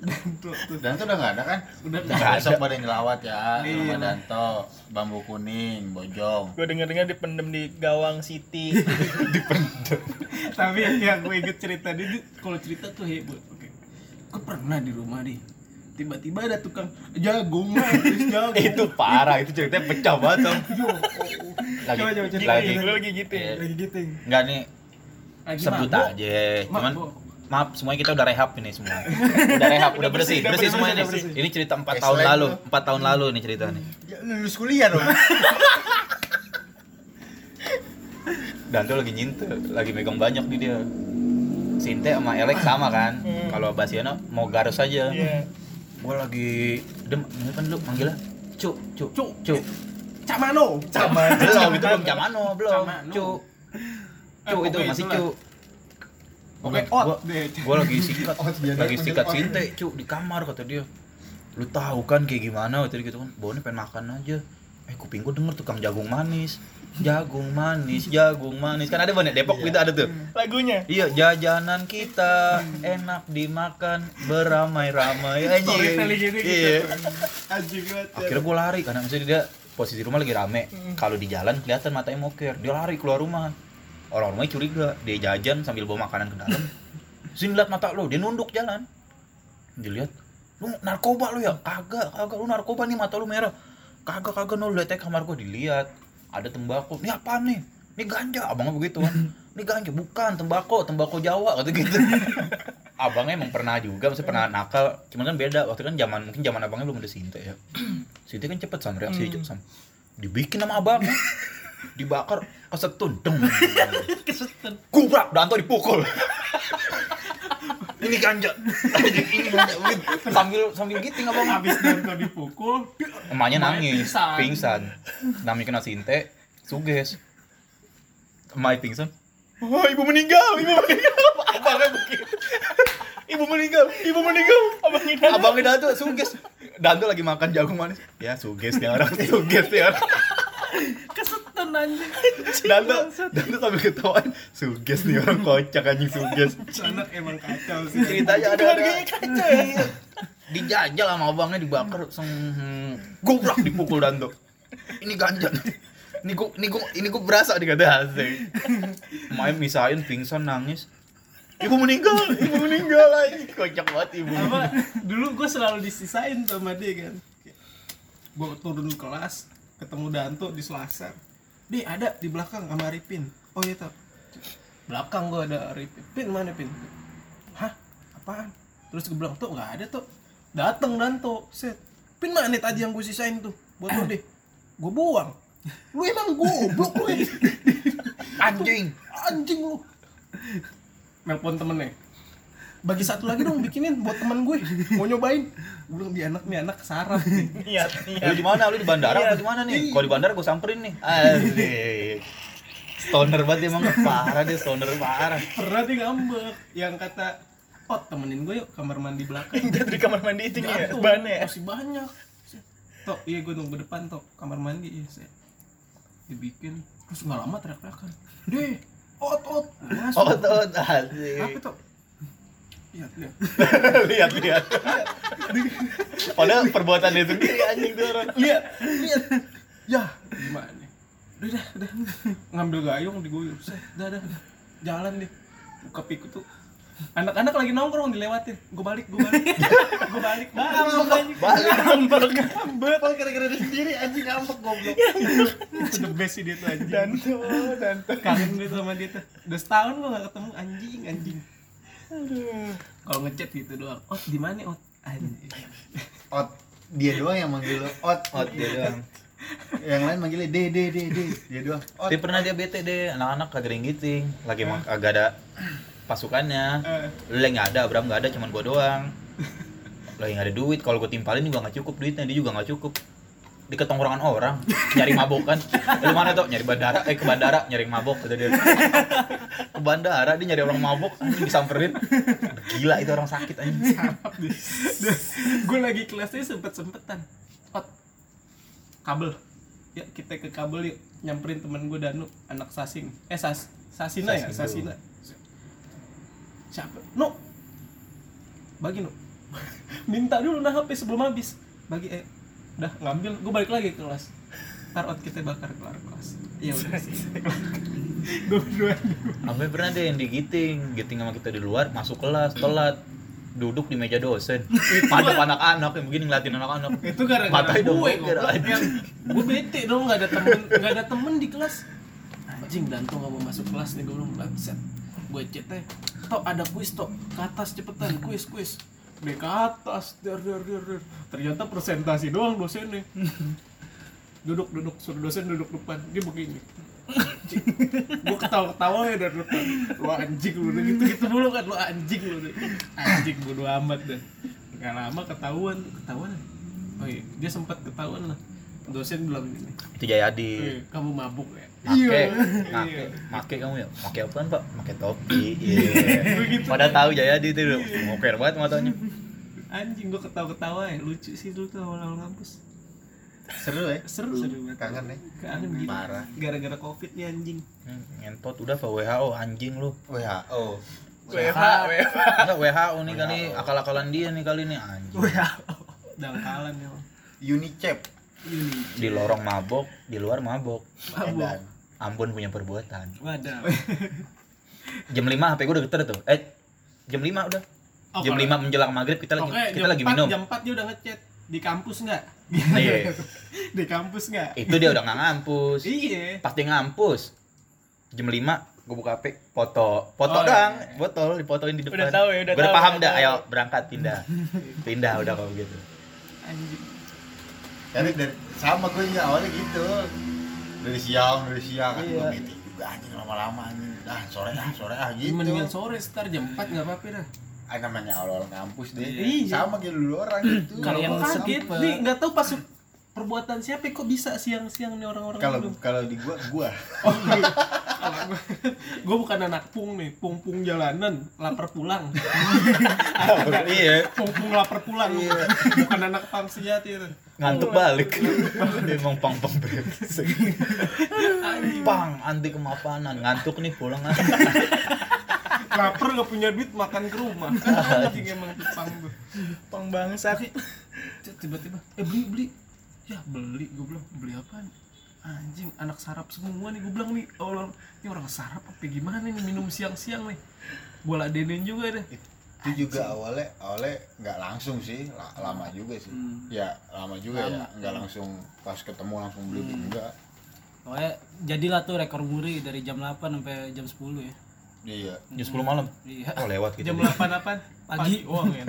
Speaker 11: Danto tuh
Speaker 4: Danto udah nggak ada kan?
Speaker 11: udah
Speaker 4: Nah, besok pada ngelawat ya
Speaker 11: Iya.
Speaker 4: sama Danto, bambu kuning, bojong.
Speaker 5: Gue denger-denger dipendem di Gawang City.
Speaker 11: tapi yang gue inget cerita dia dia- kalau cerita tuh heboh oke gue pernah di rumah nih tiba-tiba ada tukang jagung Mas, terus jagung
Speaker 6: itu parah, itu ceritanya pecah banget. Sam.
Speaker 11: Yo, oh, oh.
Speaker 6: Lagi,
Speaker 11: Coba, coba, coba.
Speaker 6: lagi.
Speaker 5: Lu lagi gitu
Speaker 11: Iya.
Speaker 5: ya.
Speaker 1: Lagi giting.
Speaker 6: Enggak nih,
Speaker 11: Lagi
Speaker 6: sebut
Speaker 11: mabok.
Speaker 6: aja.
Speaker 11: Mabok.
Speaker 6: Cuman maaf semuanya kita udah rehab ini semua. Udah rehab, udah bersih, bersih semuanya nih. Ini cerita 4 tahun
Speaker 4: Baseline
Speaker 6: lalu, 4 tahun lalu nih cerita nih.
Speaker 4: Ya, lulus kuliah dong.
Speaker 6: Dan tuh lagi nyintil, lagi megang banyak nih dia. Sinte sama Elek sama kan.
Speaker 11: Hmm.
Speaker 6: Kalau Basiano mau garus aja.
Speaker 5: Iya.
Speaker 6: Gua lagi dem, ini kan lu manggilnya Cuk, cuk,
Speaker 11: Cuk.
Speaker 6: cuk.
Speaker 11: camano
Speaker 6: Sama belum itu belum Camano, belum.
Speaker 11: Camano.
Speaker 6: Cuk.
Speaker 11: Eh,
Speaker 6: Cuk itu
Speaker 11: pokoknya
Speaker 6: masih
Speaker 11: itulah.
Speaker 6: cuk.
Speaker 11: oke
Speaker 6: Gua-
Speaker 11: out deh
Speaker 6: gue lagi sikat
Speaker 4: Oh, iya,
Speaker 6: lagi
Speaker 4: dia
Speaker 6: sikat
Speaker 4: panggil
Speaker 6: sinte cu di kamar kata dia lu tahu kan kayak gimana tadi gitu kan bawahnya pengen makan aja eh kuping gue denger tukang jagung manis jagung manis jagung manis kan ada banyak
Speaker 11: Iya.
Speaker 6: Depok gitu ada tuh
Speaker 11: Hmm.
Speaker 5: Lagunya.
Speaker 6: iya jajanan kita enak dimakan beramai-ramai aja
Speaker 11: Storytelling ini gitu.
Speaker 6: iya
Speaker 11: anjing banget ya.
Speaker 6: akhirnya gue lari karena maksudnya dia posisi rumah lagi rame
Speaker 11: Hmm.
Speaker 6: kalau di jalan kelihatan matanya moker dia lari keluar rumah orang rumahnya curiga dia jajan sambil bawa makanan ke dalam sini lihat mata lo dia nunduk jalan dilihat lu narkoba lu ya kagak kagak lu narkoba nih mata lu merah kagak kagak no lihat aja kamar gua dilihat ada tembakau ini apa nih ini ganja abangnya begitu kan ini ganja bukan tembakau tembakau Jawa kata gitu abangnya emang pernah juga masih pernah nakal cuman kan beda waktu itu kan zaman mungkin zaman abangnya belum ada sinte ya sinte kan cepet sama reaksi cepet sama dibikin sama abang ya. dibakar kesetun dong gubrak Danto dipukul ini ganja Anjing, ini ganja Wih, sambil sambil giting abang
Speaker 11: habis Danto dipukul
Speaker 6: emaknya nangis
Speaker 11: pingsan.
Speaker 6: pingsan namanya kena sinte suges emak pingsan Oh,
Speaker 2: Wah, ibu meninggal, ibu meninggal. Abangnya begitu. Ibu meninggal, ibu meninggal. Abangnya datang.
Speaker 6: abangnya Danto suges Danto lagi makan jagung manis ya suges nih orang suges nih orang
Speaker 11: kesetan anjing
Speaker 6: Danto Danto sambil ketahuan suges nih orang kocak anjing suges
Speaker 11: anak emang kacau sih
Speaker 6: ceritanya ada keluarganya kacau ya dijajal sama abangnya dibakar seng gubrak dipukul Danto ini ganja ini gua ini gua ini gua berasa dikata asik main misahin pingsan nangis ibu meninggal ibu meninggal lagi kocak banget ibu
Speaker 11: apa dulu gue selalu disisain sama dia kan gue turun kelas ketemu Danto di Selasar di ada di belakang sama Arifin oh iya tau belakang gue ada Arifin Pin mana Pin hah apaan terus gue bilang tuh nggak ada tuh datang Danto set Pin mana tadi yang gue sisain tuh buat lo deh gue buang lu emang goblok lu ya?
Speaker 6: anjing
Speaker 11: anjing lu nelpon temennya bagi satu lagi dong bikinin buat temen gue mau nyobain Gue bilang di anak nih anak sarap nih.
Speaker 5: Niat,
Speaker 6: lu
Speaker 5: niat.
Speaker 6: di mana lu di bandara apa di mana nih kalau di bandara gua samperin nih Iya. asik stoner banget emang parah dia stoner parah
Speaker 11: pernah dia ngambek yang kata oh temenin gue yuk kamar mandi belakang
Speaker 5: Jatuh Iya, di kamar mandi itu ya.
Speaker 11: Jatuh,
Speaker 5: Bannya
Speaker 6: Iya.
Speaker 5: ya.
Speaker 11: masih banyak tok iya gue nunggu depan tok kamar mandi iya saya dibikin terus nggak lama teriak-teriakan deh ot ot masuk
Speaker 6: oh tuh
Speaker 11: apa
Speaker 6: asik
Speaker 11: tok lihat lihat
Speaker 6: lihat lihat padahal perbuatan dia sendiri anjing tuh orang
Speaker 11: lihat Iya, lihat ya gimana nih udah dah dah ngambil gayung diguyur saya dah dah dah. jalan deh buka piku tuh anak-anak lagi nongkrong dilewatin gue balik gue balik gue balik balik balik
Speaker 4: Kalau gara-gara dia sendiri anjing ngambek goblok.
Speaker 1: Ya.
Speaker 11: the best sih dia tuh anjing Danto Danto kangen gue sama dia tuh udah setahun gue gak ketemu anjing anjing Kalau ngechat gitu doang. Ot di mana Ot? Anjing.
Speaker 4: Ot dia doang yang manggil lo Ot
Speaker 6: out
Speaker 11: Iya.
Speaker 6: dia doang
Speaker 4: yang lain manggilnya D D D D dia doang Ot
Speaker 6: dia pernah dia bete deh anak-anak kagak ada yang giting lagi emang kagak ada pasukannya lu yang nggak ada Abram nggak ada cuman gua doang lagi nggak ada duit kalau gua timpalin juga nggak cukup duitnya dia juga nggak cukup di ketongkrongan orang nyari mabok kan lu mana tuh nyari bandara eh ke bandara nyari mabok kata dia ke bandara dia nyari orang mabok anjing disamperin gila itu orang sakit anjing
Speaker 11: gue lagi kelasnya sempet sempetan. Ot kabel. Ya kita ke kabel yuk nyamperin temen gue Danu anak Sasing. Eh Sas Sasina ya
Speaker 6: Sasindo.
Speaker 11: Sasina. Siapa? No. Bagi no. Minta dulu nah HP sebelum habis. Bagi eh udah ngambil gue balik lagi ke kelas. Ntar Ot kita bakar kelar kelas. Iya udah
Speaker 6: Sampai pernah deh yang digiting, giting sama kita di luar, masuk kelas, telat duduk di meja dosen padahal anak-anak yang begini ngeliatin anak-anak
Speaker 11: itu gara-gara
Speaker 6: Matai
Speaker 11: gue
Speaker 6: dong,
Speaker 11: gue
Speaker 6: gara-gara.
Speaker 11: gue bete dong nggak ada temen nggak ada temen di kelas anjing Danto nggak mau masuk kelas nih gue belum bangset gue chat teh tok ada kuis tok ke atas cepetan kuis kuis Dia ke atas der der der der ternyata presentasi doang dosennya duduk duduk suruh dosen duduk depan dia begini gue ketawa ketawa ya dari depan lo anjing lu gitu gitu dulu kan lo anjing lu anjing bodo amat deh nggak lama ketahuan ketahuan oh iya dia sempat ketahuan lah dosen bilang gini
Speaker 6: itu Jayadi
Speaker 11: "Eh, kamu mabuk ya
Speaker 6: make make make kamu ya make apaan pak make topi iya padahal tahu Jayadi itu udah moker banget matanya
Speaker 11: anjing gue ketawa ketawa ya lucu sih dulu tuh awal awal ngampus
Speaker 4: seru ya
Speaker 11: seru
Speaker 4: kangen ya
Speaker 11: kangen gitu
Speaker 4: Parah.
Speaker 11: gara-gara covid nih anjing
Speaker 6: Hmm, ngentot udah ke WHO anjing lu
Speaker 4: WHO
Speaker 6: Enggak WHO nih kali akal-akalan dia nih kali nih anjing
Speaker 11: dangkalan ya
Speaker 4: UNICEF
Speaker 11: ini
Speaker 6: di lorong mabok di luar mabok
Speaker 11: mabuk
Speaker 4: Edan.
Speaker 6: Ambon punya perbuatan
Speaker 1: Wadah.
Speaker 6: jam 5 HP gue udah geter tuh eh jam 5 udah
Speaker 11: Oh,
Speaker 6: jam 5
Speaker 11: kalau-
Speaker 6: menjelang maghrib kita lagi
Speaker 11: Oke,
Speaker 6: kita
Speaker 11: jam
Speaker 6: lagi
Speaker 11: 4,
Speaker 6: minum
Speaker 11: Jam 4 dia udah ngechat di kampus nggak?
Speaker 6: Iya.
Speaker 11: di kampus nggak?
Speaker 6: itu dia udah nggak ngampus
Speaker 11: Iya.
Speaker 6: pas dia ngampus jam 5 gue buka HP foto foto
Speaker 11: Oh,
Speaker 6: doang botol dipotoin di depan
Speaker 5: Udah tahu ya, udah
Speaker 6: Gua
Speaker 5: tahu,
Speaker 6: paham
Speaker 5: udah
Speaker 6: dah
Speaker 5: tahu.
Speaker 6: ayo berangkat pindah pindah udah kalau gitu
Speaker 11: Anjing.
Speaker 4: Karena dari sama gue juga awalnya gitu. Dari siang, dari siang kan gue meeting juga anjing lama-lama anjing. Dah sore ah, sore ah gitu.
Speaker 11: Mendingan sore sekitar jam 4 nggak apa-apa dah.
Speaker 4: Ah, namanya awal-awal kampus deh.
Speaker 11: Iya.
Speaker 4: Sama kayak dulu orang gitu.
Speaker 11: Kalau yang
Speaker 4: Sama.
Speaker 11: sakit, nih nggak tahu pas perbuatan siapa kok bisa siang-siang nih orang-orang
Speaker 4: kalau
Speaker 11: minum.
Speaker 4: kalau di gua gua
Speaker 11: Oh, gue bukan anak pung nih, pung-pung jalanan, lapar pulang.
Speaker 6: iya
Speaker 11: Pung-pung lapar pulang. bukan anak pang sejati itu.
Speaker 6: ngantuk balik dia emang pang pang brengsek. pang anti kemapanan ngantuk nih pulang ah.
Speaker 11: Lapar nggak punya duit makan ke rumah. Anjing emang pang gue.
Speaker 5: pang bangsat
Speaker 11: Cet, tiba-tiba eh beli beli ya beli gue bilang beli apaan anjing anak sarap semua nih gue bilang nih "Oh, orang ini orang sarap apa gimana nih minum siang-siang nih gue ladenin juga deh
Speaker 4: itu juga awalnya awalnya nggak langsung sih la- lama juga sih ya lama juga ya nggak langsung pas ketemu langsung beli enggak
Speaker 1: Pokoknya jadilah tuh rekor muri dari jam 8 sampai jam 10 ya.
Speaker 4: iya
Speaker 6: jam 10 malam
Speaker 1: Iya.
Speaker 6: oh lewat gitu
Speaker 11: jam 8 apaan
Speaker 1: Pagi.
Speaker 11: uang ya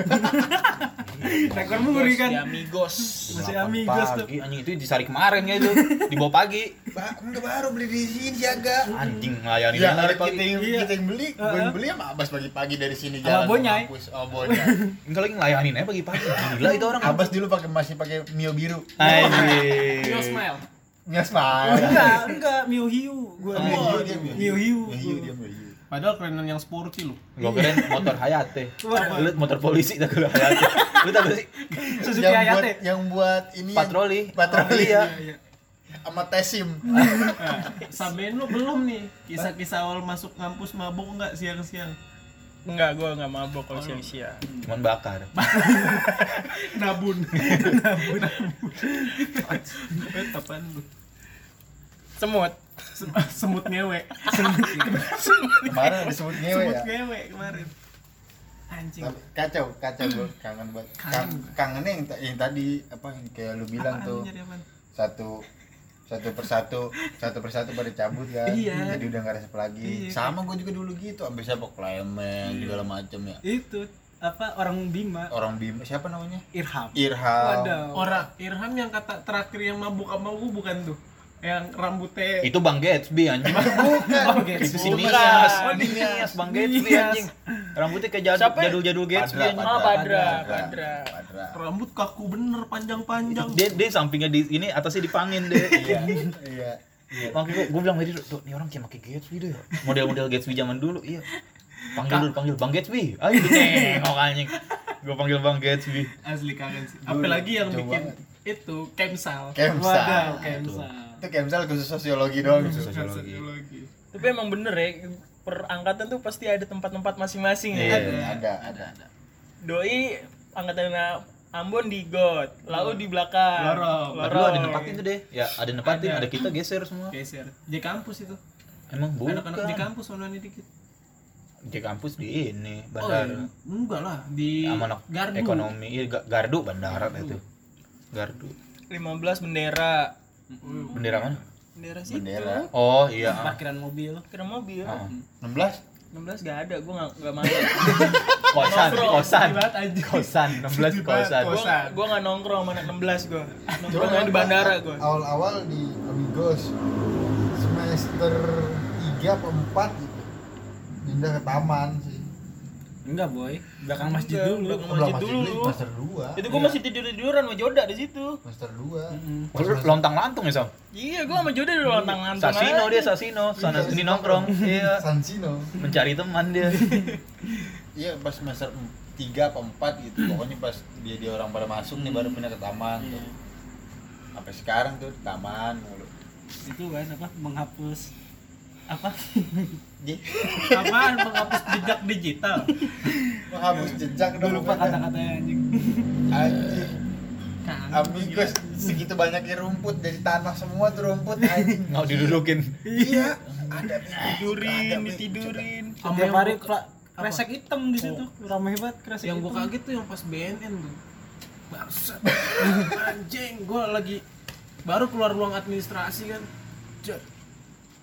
Speaker 11: rekor muri kan
Speaker 5: amigos
Speaker 11: masih
Speaker 6: Delapan
Speaker 11: amigos tuh
Speaker 6: pagi, anjing itu disari kemarin ya itu dibawa pagi
Speaker 4: ba udah baru beli di sini siaga
Speaker 6: anjing melayani
Speaker 4: Ya,
Speaker 6: banget
Speaker 4: kita
Speaker 6: Iya, pagi
Speaker 4: yang, kita yang beli, gue yang beli sama Abas pagi-pagi dari sini
Speaker 1: Sama
Speaker 4: jalan.
Speaker 1: Bonyai.
Speaker 4: ke kampus. Oh, Bonyai.
Speaker 6: enggak lagi ngelayanin aja pagi-pagi gila itu orang
Speaker 4: Abas dulu pakai masih pakai Mio biru.
Speaker 11: Yo
Speaker 6: anjing
Speaker 11: smile
Speaker 4: Nyas Mio
Speaker 1: Enggak, enggak Miu Hiu. Gua
Speaker 4: Hiu Oh, dia Mio
Speaker 1: Miu Hiu.
Speaker 4: Mio Hiu dia Mio Hiu.
Speaker 11: padahal kerenan yang sporty loh
Speaker 6: Gua keren motor Hayate. Lu motor polisi tak lu Hayate. Lu tahu gak sih?
Speaker 1: Suzuki
Speaker 4: Yang buat
Speaker 1: Hayate.
Speaker 4: yang buat ini
Speaker 6: Patroli.
Speaker 4: Iya. patroli
Speaker 6: Iya.
Speaker 4: sama Tesim. Ah,
Speaker 11: sampein Nah, lu belum nih kisah-kisah awal masuk kampus mabuk nggak siang-siang
Speaker 5: enggak gua enggak mabok kalau siang-siang
Speaker 6: Cuman bakar.
Speaker 11: nabun nabun Eh, apaan lu
Speaker 5: semut
Speaker 11: Sem- semut ngewe
Speaker 4: Kemarin ada sebut ngewe
Speaker 11: semut
Speaker 4: ya.
Speaker 11: ngewe kemarin anjing
Speaker 4: Tapi Kacau, kacau gue kangen banget. Kang- kangennya yang, ta- yang tadi apa yang kayak lu bilang
Speaker 11: Apaan
Speaker 4: tuh
Speaker 11: nyari apaan?
Speaker 4: satu satu persatu satu persatu pada cabut kan
Speaker 11: Iya.
Speaker 4: jadi udah nggak resep lagi
Speaker 11: Iya.
Speaker 4: sama gue juga dulu gitu ambil sepak plemen segala macem ya
Speaker 1: Itu apa orang Bima
Speaker 4: orang bima siapa namanya
Speaker 1: Irham.
Speaker 4: Irham
Speaker 11: Orang Irham yang kata terakhir yang mabuk sama gua bukan tuh. Yang rambutnya
Speaker 6: Itu Bang Gatsby anjing.
Speaker 1: Bang
Speaker 6: Bukan.
Speaker 1: Gatsby.
Speaker 6: Itu si
Speaker 5: Bukan.
Speaker 6: Nias.
Speaker 5: Oh,
Speaker 6: Nias Bang Gatsby anjing. Rambutnya kayak jadul-
Speaker 5: Siapa?
Speaker 6: jadul-jadul Gatsby anjing.
Speaker 5: Padra. Ah, Padra, Padra.
Speaker 4: Padra.
Speaker 11: rambut kaku bener panjang-panjang.
Speaker 6: Dia dia sampingnya di ini atasnya dipangin deh.
Speaker 4: Iya, iya
Speaker 6: Makanya gue bilang tadi tuh ini orang kayak pakai Gatsby deh. Model-model Gatsby zaman dulu, iya. Panggil dulu, panggil Bang Gatsby. Ayo nengok anjing. Gue panggil Bang Gatsby.
Speaker 11: Asli kangen sih. Apalagi yang
Speaker 4: Jauh
Speaker 11: bikin
Speaker 4: banget.
Speaker 11: itu Kemsal.
Speaker 4: Kemsal
Speaker 1: Waduh, Kemsa.
Speaker 4: itu Kemsal khusus sosiologi doang tuh.
Speaker 6: Sosiologi.
Speaker 11: Sosiologi.
Speaker 5: Tapi emang bener ya, per angkatan tuh pasti ada tempat-tempat masing-masing
Speaker 6: Iya.
Speaker 11: Iya.
Speaker 5: ya.
Speaker 4: ada ada
Speaker 5: Doi angkatan Ambon di got, lalu di belakang.
Speaker 11: Lorong.
Speaker 6: Dulu ada nempatin tuh deh. Ya, ada nempatin, ada kita geser semua.
Speaker 11: Geser. Di kampus itu.
Speaker 6: Emang
Speaker 11: Anak-anak di
Speaker 6: bukan.
Speaker 11: kampus online dikit.
Speaker 6: Di kampus di ini,
Speaker 11: Oh,
Speaker 6: bandara.
Speaker 11: iya. enggak lah di
Speaker 6: sama anak
Speaker 11: Gardu.
Speaker 6: ekonomi iya, Ga- gardu bandara itu gardu
Speaker 5: 15 bendera.
Speaker 6: bendera mana
Speaker 5: Bendera sih.
Speaker 4: bendera
Speaker 6: oh iya ah.
Speaker 1: Parkiran mobil.
Speaker 5: Kira mobil.
Speaker 6: Ah.
Speaker 4: 16
Speaker 5: 16 gak ada, gue gak, gak main.
Speaker 6: kosan
Speaker 5: Nongkrong,
Speaker 6: kosan
Speaker 5: sedih banget, anjing.
Speaker 6: kosan 16 kosan
Speaker 5: gue gue gak nongkrong sama anak 16 gue. Nongkrongnya di bandara gue.
Speaker 12: awal-awal di Amigos semester 3 atau 4 gitu pindah ke taman sih
Speaker 1: Enggak, boy. Belakang masjid dulu.
Speaker 5: Belakang
Speaker 12: Sebelah
Speaker 5: masjid dulu.
Speaker 12: Beli, semester 2
Speaker 5: Itu gue masih tidur-tiduran sama Joda di situ.
Speaker 12: semester 2
Speaker 6: Oh, lu lontang lantung ya sam
Speaker 5: Iya, gue sama Joda dulu tangan
Speaker 6: sasino dia sasino sana sini nongkrong iya
Speaker 12: San Sino
Speaker 6: mencari teman dia
Speaker 4: iya pas semester 3 apa 4 gitu pokoknya pas dia dia orang pada masuk nih baru pindah ke taman tuh sampai sekarang tuh di taman mulu
Speaker 1: Itu kan apa menghapus apa
Speaker 11: Apaan menghapus jejak digital?
Speaker 4: menghapus jejak dong
Speaker 1: lupa
Speaker 4: pokoknya.
Speaker 1: kata-katanya anjing.
Speaker 4: Anjing. Amigos segitu banyaknya rumput dari tanah semua tuh rumput anjing.
Speaker 6: nggak didudukin
Speaker 4: iya, ada tidurin,
Speaker 5: Tidurin, ditidurin.
Speaker 11: Sama
Speaker 1: Setiap
Speaker 11: yang
Speaker 1: hari
Speaker 11: buka- Oh.
Speaker 1: pla- kresek hitam di situ. Ramai banget kresek.
Speaker 11: yang gue
Speaker 1: hitam.
Speaker 11: kaget tuh yang pas BNN tuh bangsat anjing gue lagi baru keluar ruang administrasi kan Jar,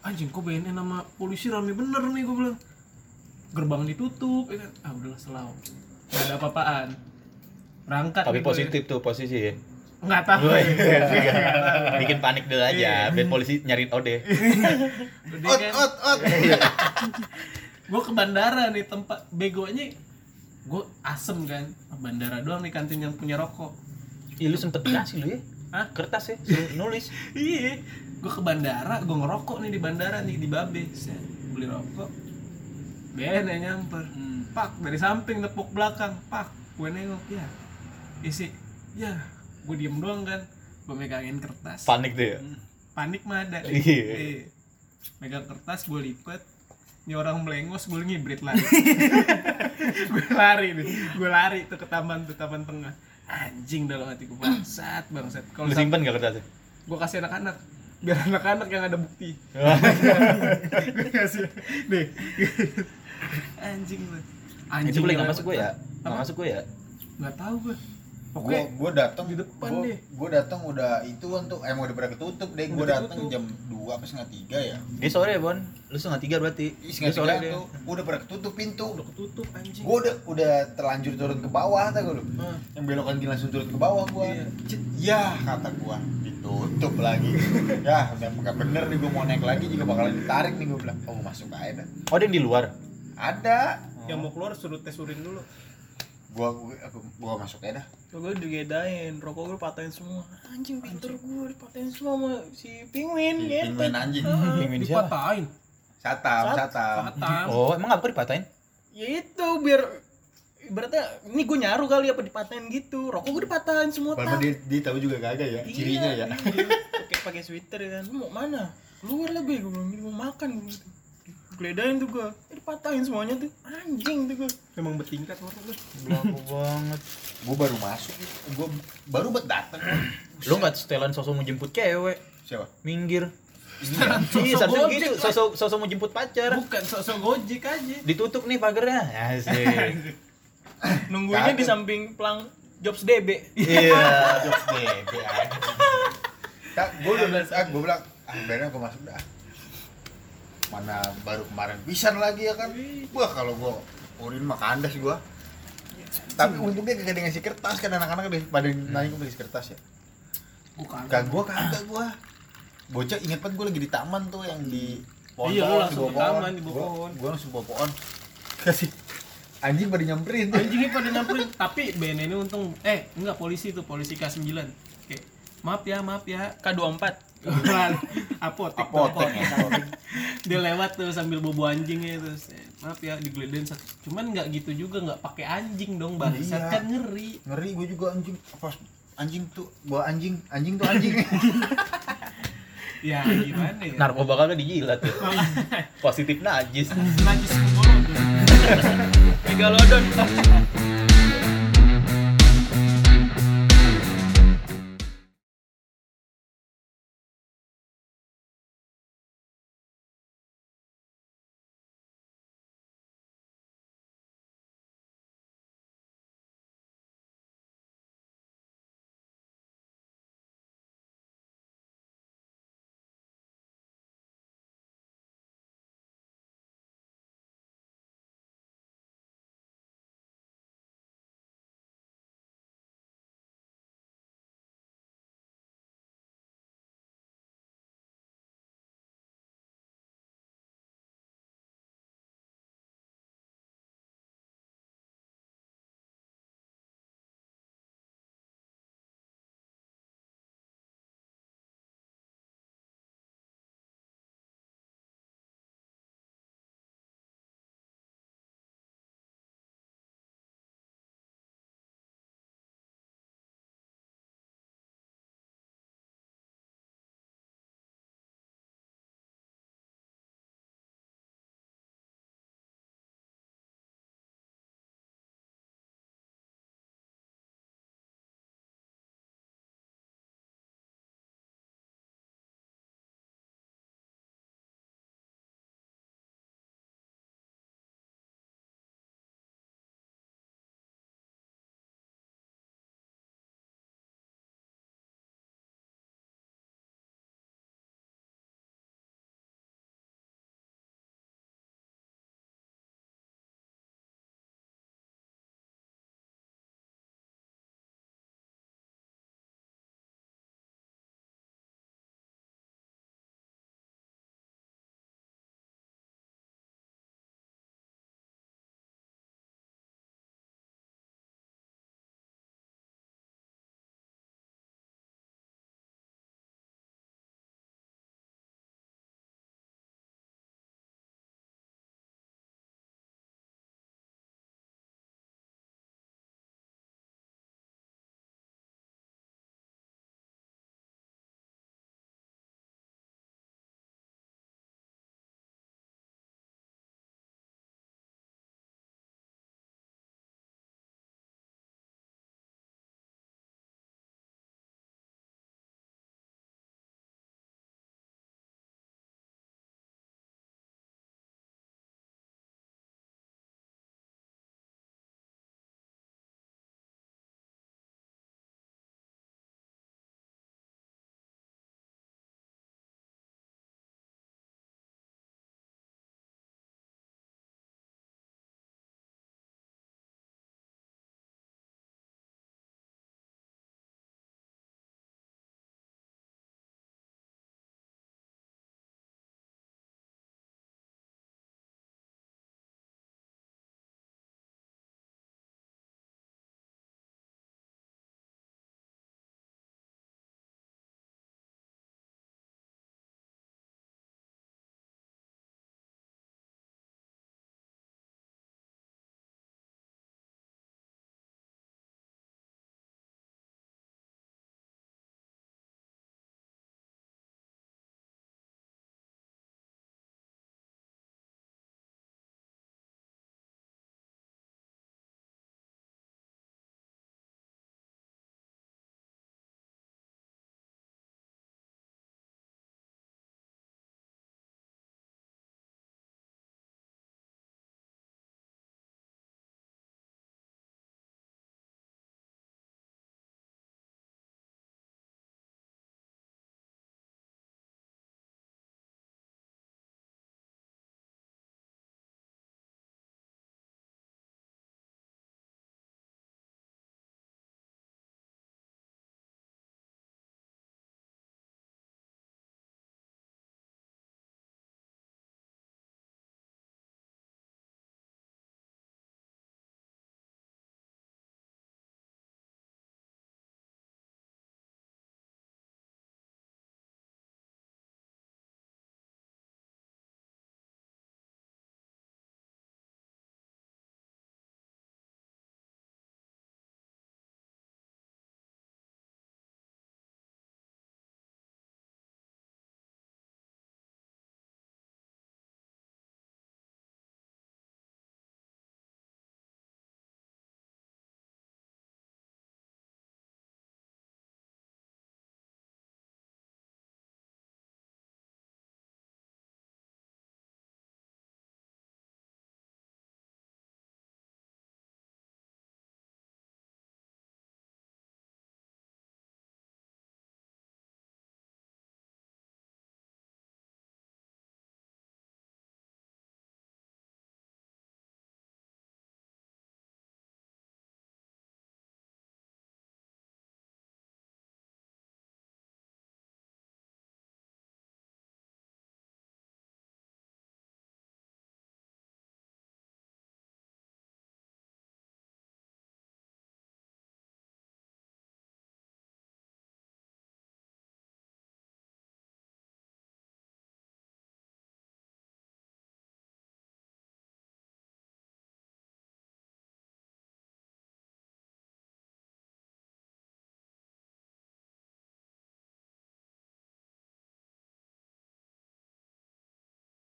Speaker 11: anjing kok BNN sama polisi rame bener nih gue bilang gerbang ditutup ya kan ah udahlah selau gak ada apa-apaan berangkat
Speaker 6: tapi
Speaker 11: nih gua ya.
Speaker 6: positif tuh posisi ya
Speaker 11: nggak tahu Iya,
Speaker 6: bikin panik dulu aja biar polisi nyariin ode
Speaker 11: Udah kan gue ke bandara nih tempat begonya gue asem kan bandara doang nih kantin yang punya rokok
Speaker 6: Ih, lu sempet dikasih lu ya
Speaker 11: Hah?
Speaker 6: kertas ya suruh nulis
Speaker 11: Iya, gue ke bandara, gue ngerokok nih di bandara nih di Babe, Set, beli rokok. BN yang nyamper, pak dari samping nepuk belakang, pak, gue nengok ya, isi, ya, gue diem doang kan, gue megangin kertas,
Speaker 6: panik tuh ya
Speaker 11: panik mah ada,
Speaker 6: Iya.
Speaker 11: Iya. megang kertas gue lipet, ini orang melengos gue ngibrit lari, gue lari nih, gue lari tuh ke taman tuh taman tengah, anjing dalam hati gue bangsat bangsat, kalau
Speaker 6: lu simpen gak kertasnya
Speaker 11: gue kasih anak-anak biar anak-anak yang ada bukti gue kasih deh anjing lu anjing
Speaker 6: itu boleh nggak
Speaker 11: lu.
Speaker 6: masuk gue ya nggak
Speaker 11: Apa?
Speaker 6: masuk gue ya
Speaker 11: nggak tahu gue
Speaker 4: Gue gue datang
Speaker 11: Di depan
Speaker 4: gua-
Speaker 11: deh.
Speaker 4: Gua datang udah itu untuk emang udah pada ketutup deh. Gua
Speaker 11: Udah
Speaker 4: datang
Speaker 11: ketutup.
Speaker 4: jam 2 apa setengah 3 ya.
Speaker 6: Dia sore ya, Bon. Lu setengah tiga berarti.
Speaker 4: Ih,
Speaker 6: Dia
Speaker 4: setengah
Speaker 6: sore
Speaker 4: 3
Speaker 6: dia.
Speaker 4: tuh udah pada ketutup pintu.
Speaker 11: Iya, udah ketutup anjing
Speaker 4: Gue udah udah terlanjur turun ke bawah tau gak lu. Yang belokan gini langsung turun ke bawah gua.
Speaker 11: Iya.
Speaker 4: Cet, Ya kata gua ditutup lagi. ya udah bukan bener nih gua mau naik lagi juga bakalan ditarik nih gua bilang. Oh masuk aja dah.
Speaker 6: Oh, dia yang di luar.
Speaker 4: Ada.
Speaker 11: yang mau keluar suruh tes urin dulu
Speaker 4: Gua gua, aku- gua masuk aja dah.
Speaker 5: Gue digedain, rokok gue patahin semua. Anjing pinter gue dipatahin semua sama si penguin
Speaker 4: Ih,
Speaker 5: gitu.
Speaker 4: Pingin anjing.
Speaker 6: Pingin siapa?
Speaker 11: dipatahin
Speaker 4: Satam,
Speaker 5: Sat-
Speaker 4: satam.
Speaker 11: patam
Speaker 6: Oh, emang apa dipatahin?
Speaker 5: Ya itu biar ibaratnya ini gue nyaru kali apa dipatahin gitu. Rokok gue dipatahin semua
Speaker 4: Walaupun
Speaker 5: tak.
Speaker 4: dia, dia tahu juga kagak ya,
Speaker 5: Iya,
Speaker 4: cirinya ya.
Speaker 5: iya. Pakai pakai sweater kan. Lu mau mana? Keluar lah gue, gue bilang gini, mau makan gitu. Geledain tuh gue, dipatahin semuanya tuh. Anjing tuh gue.
Speaker 11: emang bertingkat orang lu
Speaker 6: Belaku banget.
Speaker 4: Gue baru masuk, gue baru buat datang.
Speaker 6: Lu nggak setelan sosok mau jemput cewek.
Speaker 4: Siapa?
Speaker 6: Minggir.
Speaker 11: Setelan
Speaker 6: Iya,
Speaker 11: sosok
Speaker 6: seharusnya
Speaker 11: gojek,
Speaker 6: gitu.
Speaker 11: lah.
Speaker 6: Sosok sosok mau jemput pacar.
Speaker 11: bukan sosok gojek aja
Speaker 6: Ditutup nih pagernya. Ya, Asik.
Speaker 5: Nungguinnya di
Speaker 4: Kaget.
Speaker 5: samping pelang Jobs DB.
Speaker 6: Iya.
Speaker 4: Jokes bebe. anjing. tak gue udah bilang tak gue bilang ah benar gue masuk dah mana baru kemarin pisan lagi ya kan wah kalau gue urin mah kandas gue tapi untungnya kagak ada ngasih kertas kan anak-anak ada- pada
Speaker 11: Hmm.
Speaker 4: nanya gue ngasih kertas ya kagak gue kagak gue bocah inget banget gue lagi di taman tuh yang di pohon
Speaker 11: Iya, lu
Speaker 4: pohon, di
Speaker 11: langsung
Speaker 4: bawah
Speaker 11: ke taman, di bawah
Speaker 4: Gua-
Speaker 11: pohon.
Speaker 4: gua langsung bawa pohon kasih anjing pada nyamperin
Speaker 11: anjingnya pada nyamperin tapi BNN ini untung eh enggak polisi tuh polisi K9 kayak maaf ya maaf ya
Speaker 5: K24
Speaker 11: Kebetulan apotek, tuh,
Speaker 4: Apotek,
Speaker 11: apotek. dia lewat tuh sambil bobo anjingnya terus eh, maaf ya digeledahin satu cuman nggak gitu juga nggak pakai anjing dong bangsat
Speaker 4: Iya.
Speaker 11: kan ngeri
Speaker 4: ngeri gue juga anjing pas anjing tuh bawa anjing anjing tuh anjing
Speaker 11: ya gimana ya
Speaker 6: narkoba kan udah dijilat tuh positif najis
Speaker 11: najis bolong
Speaker 5: Megalodon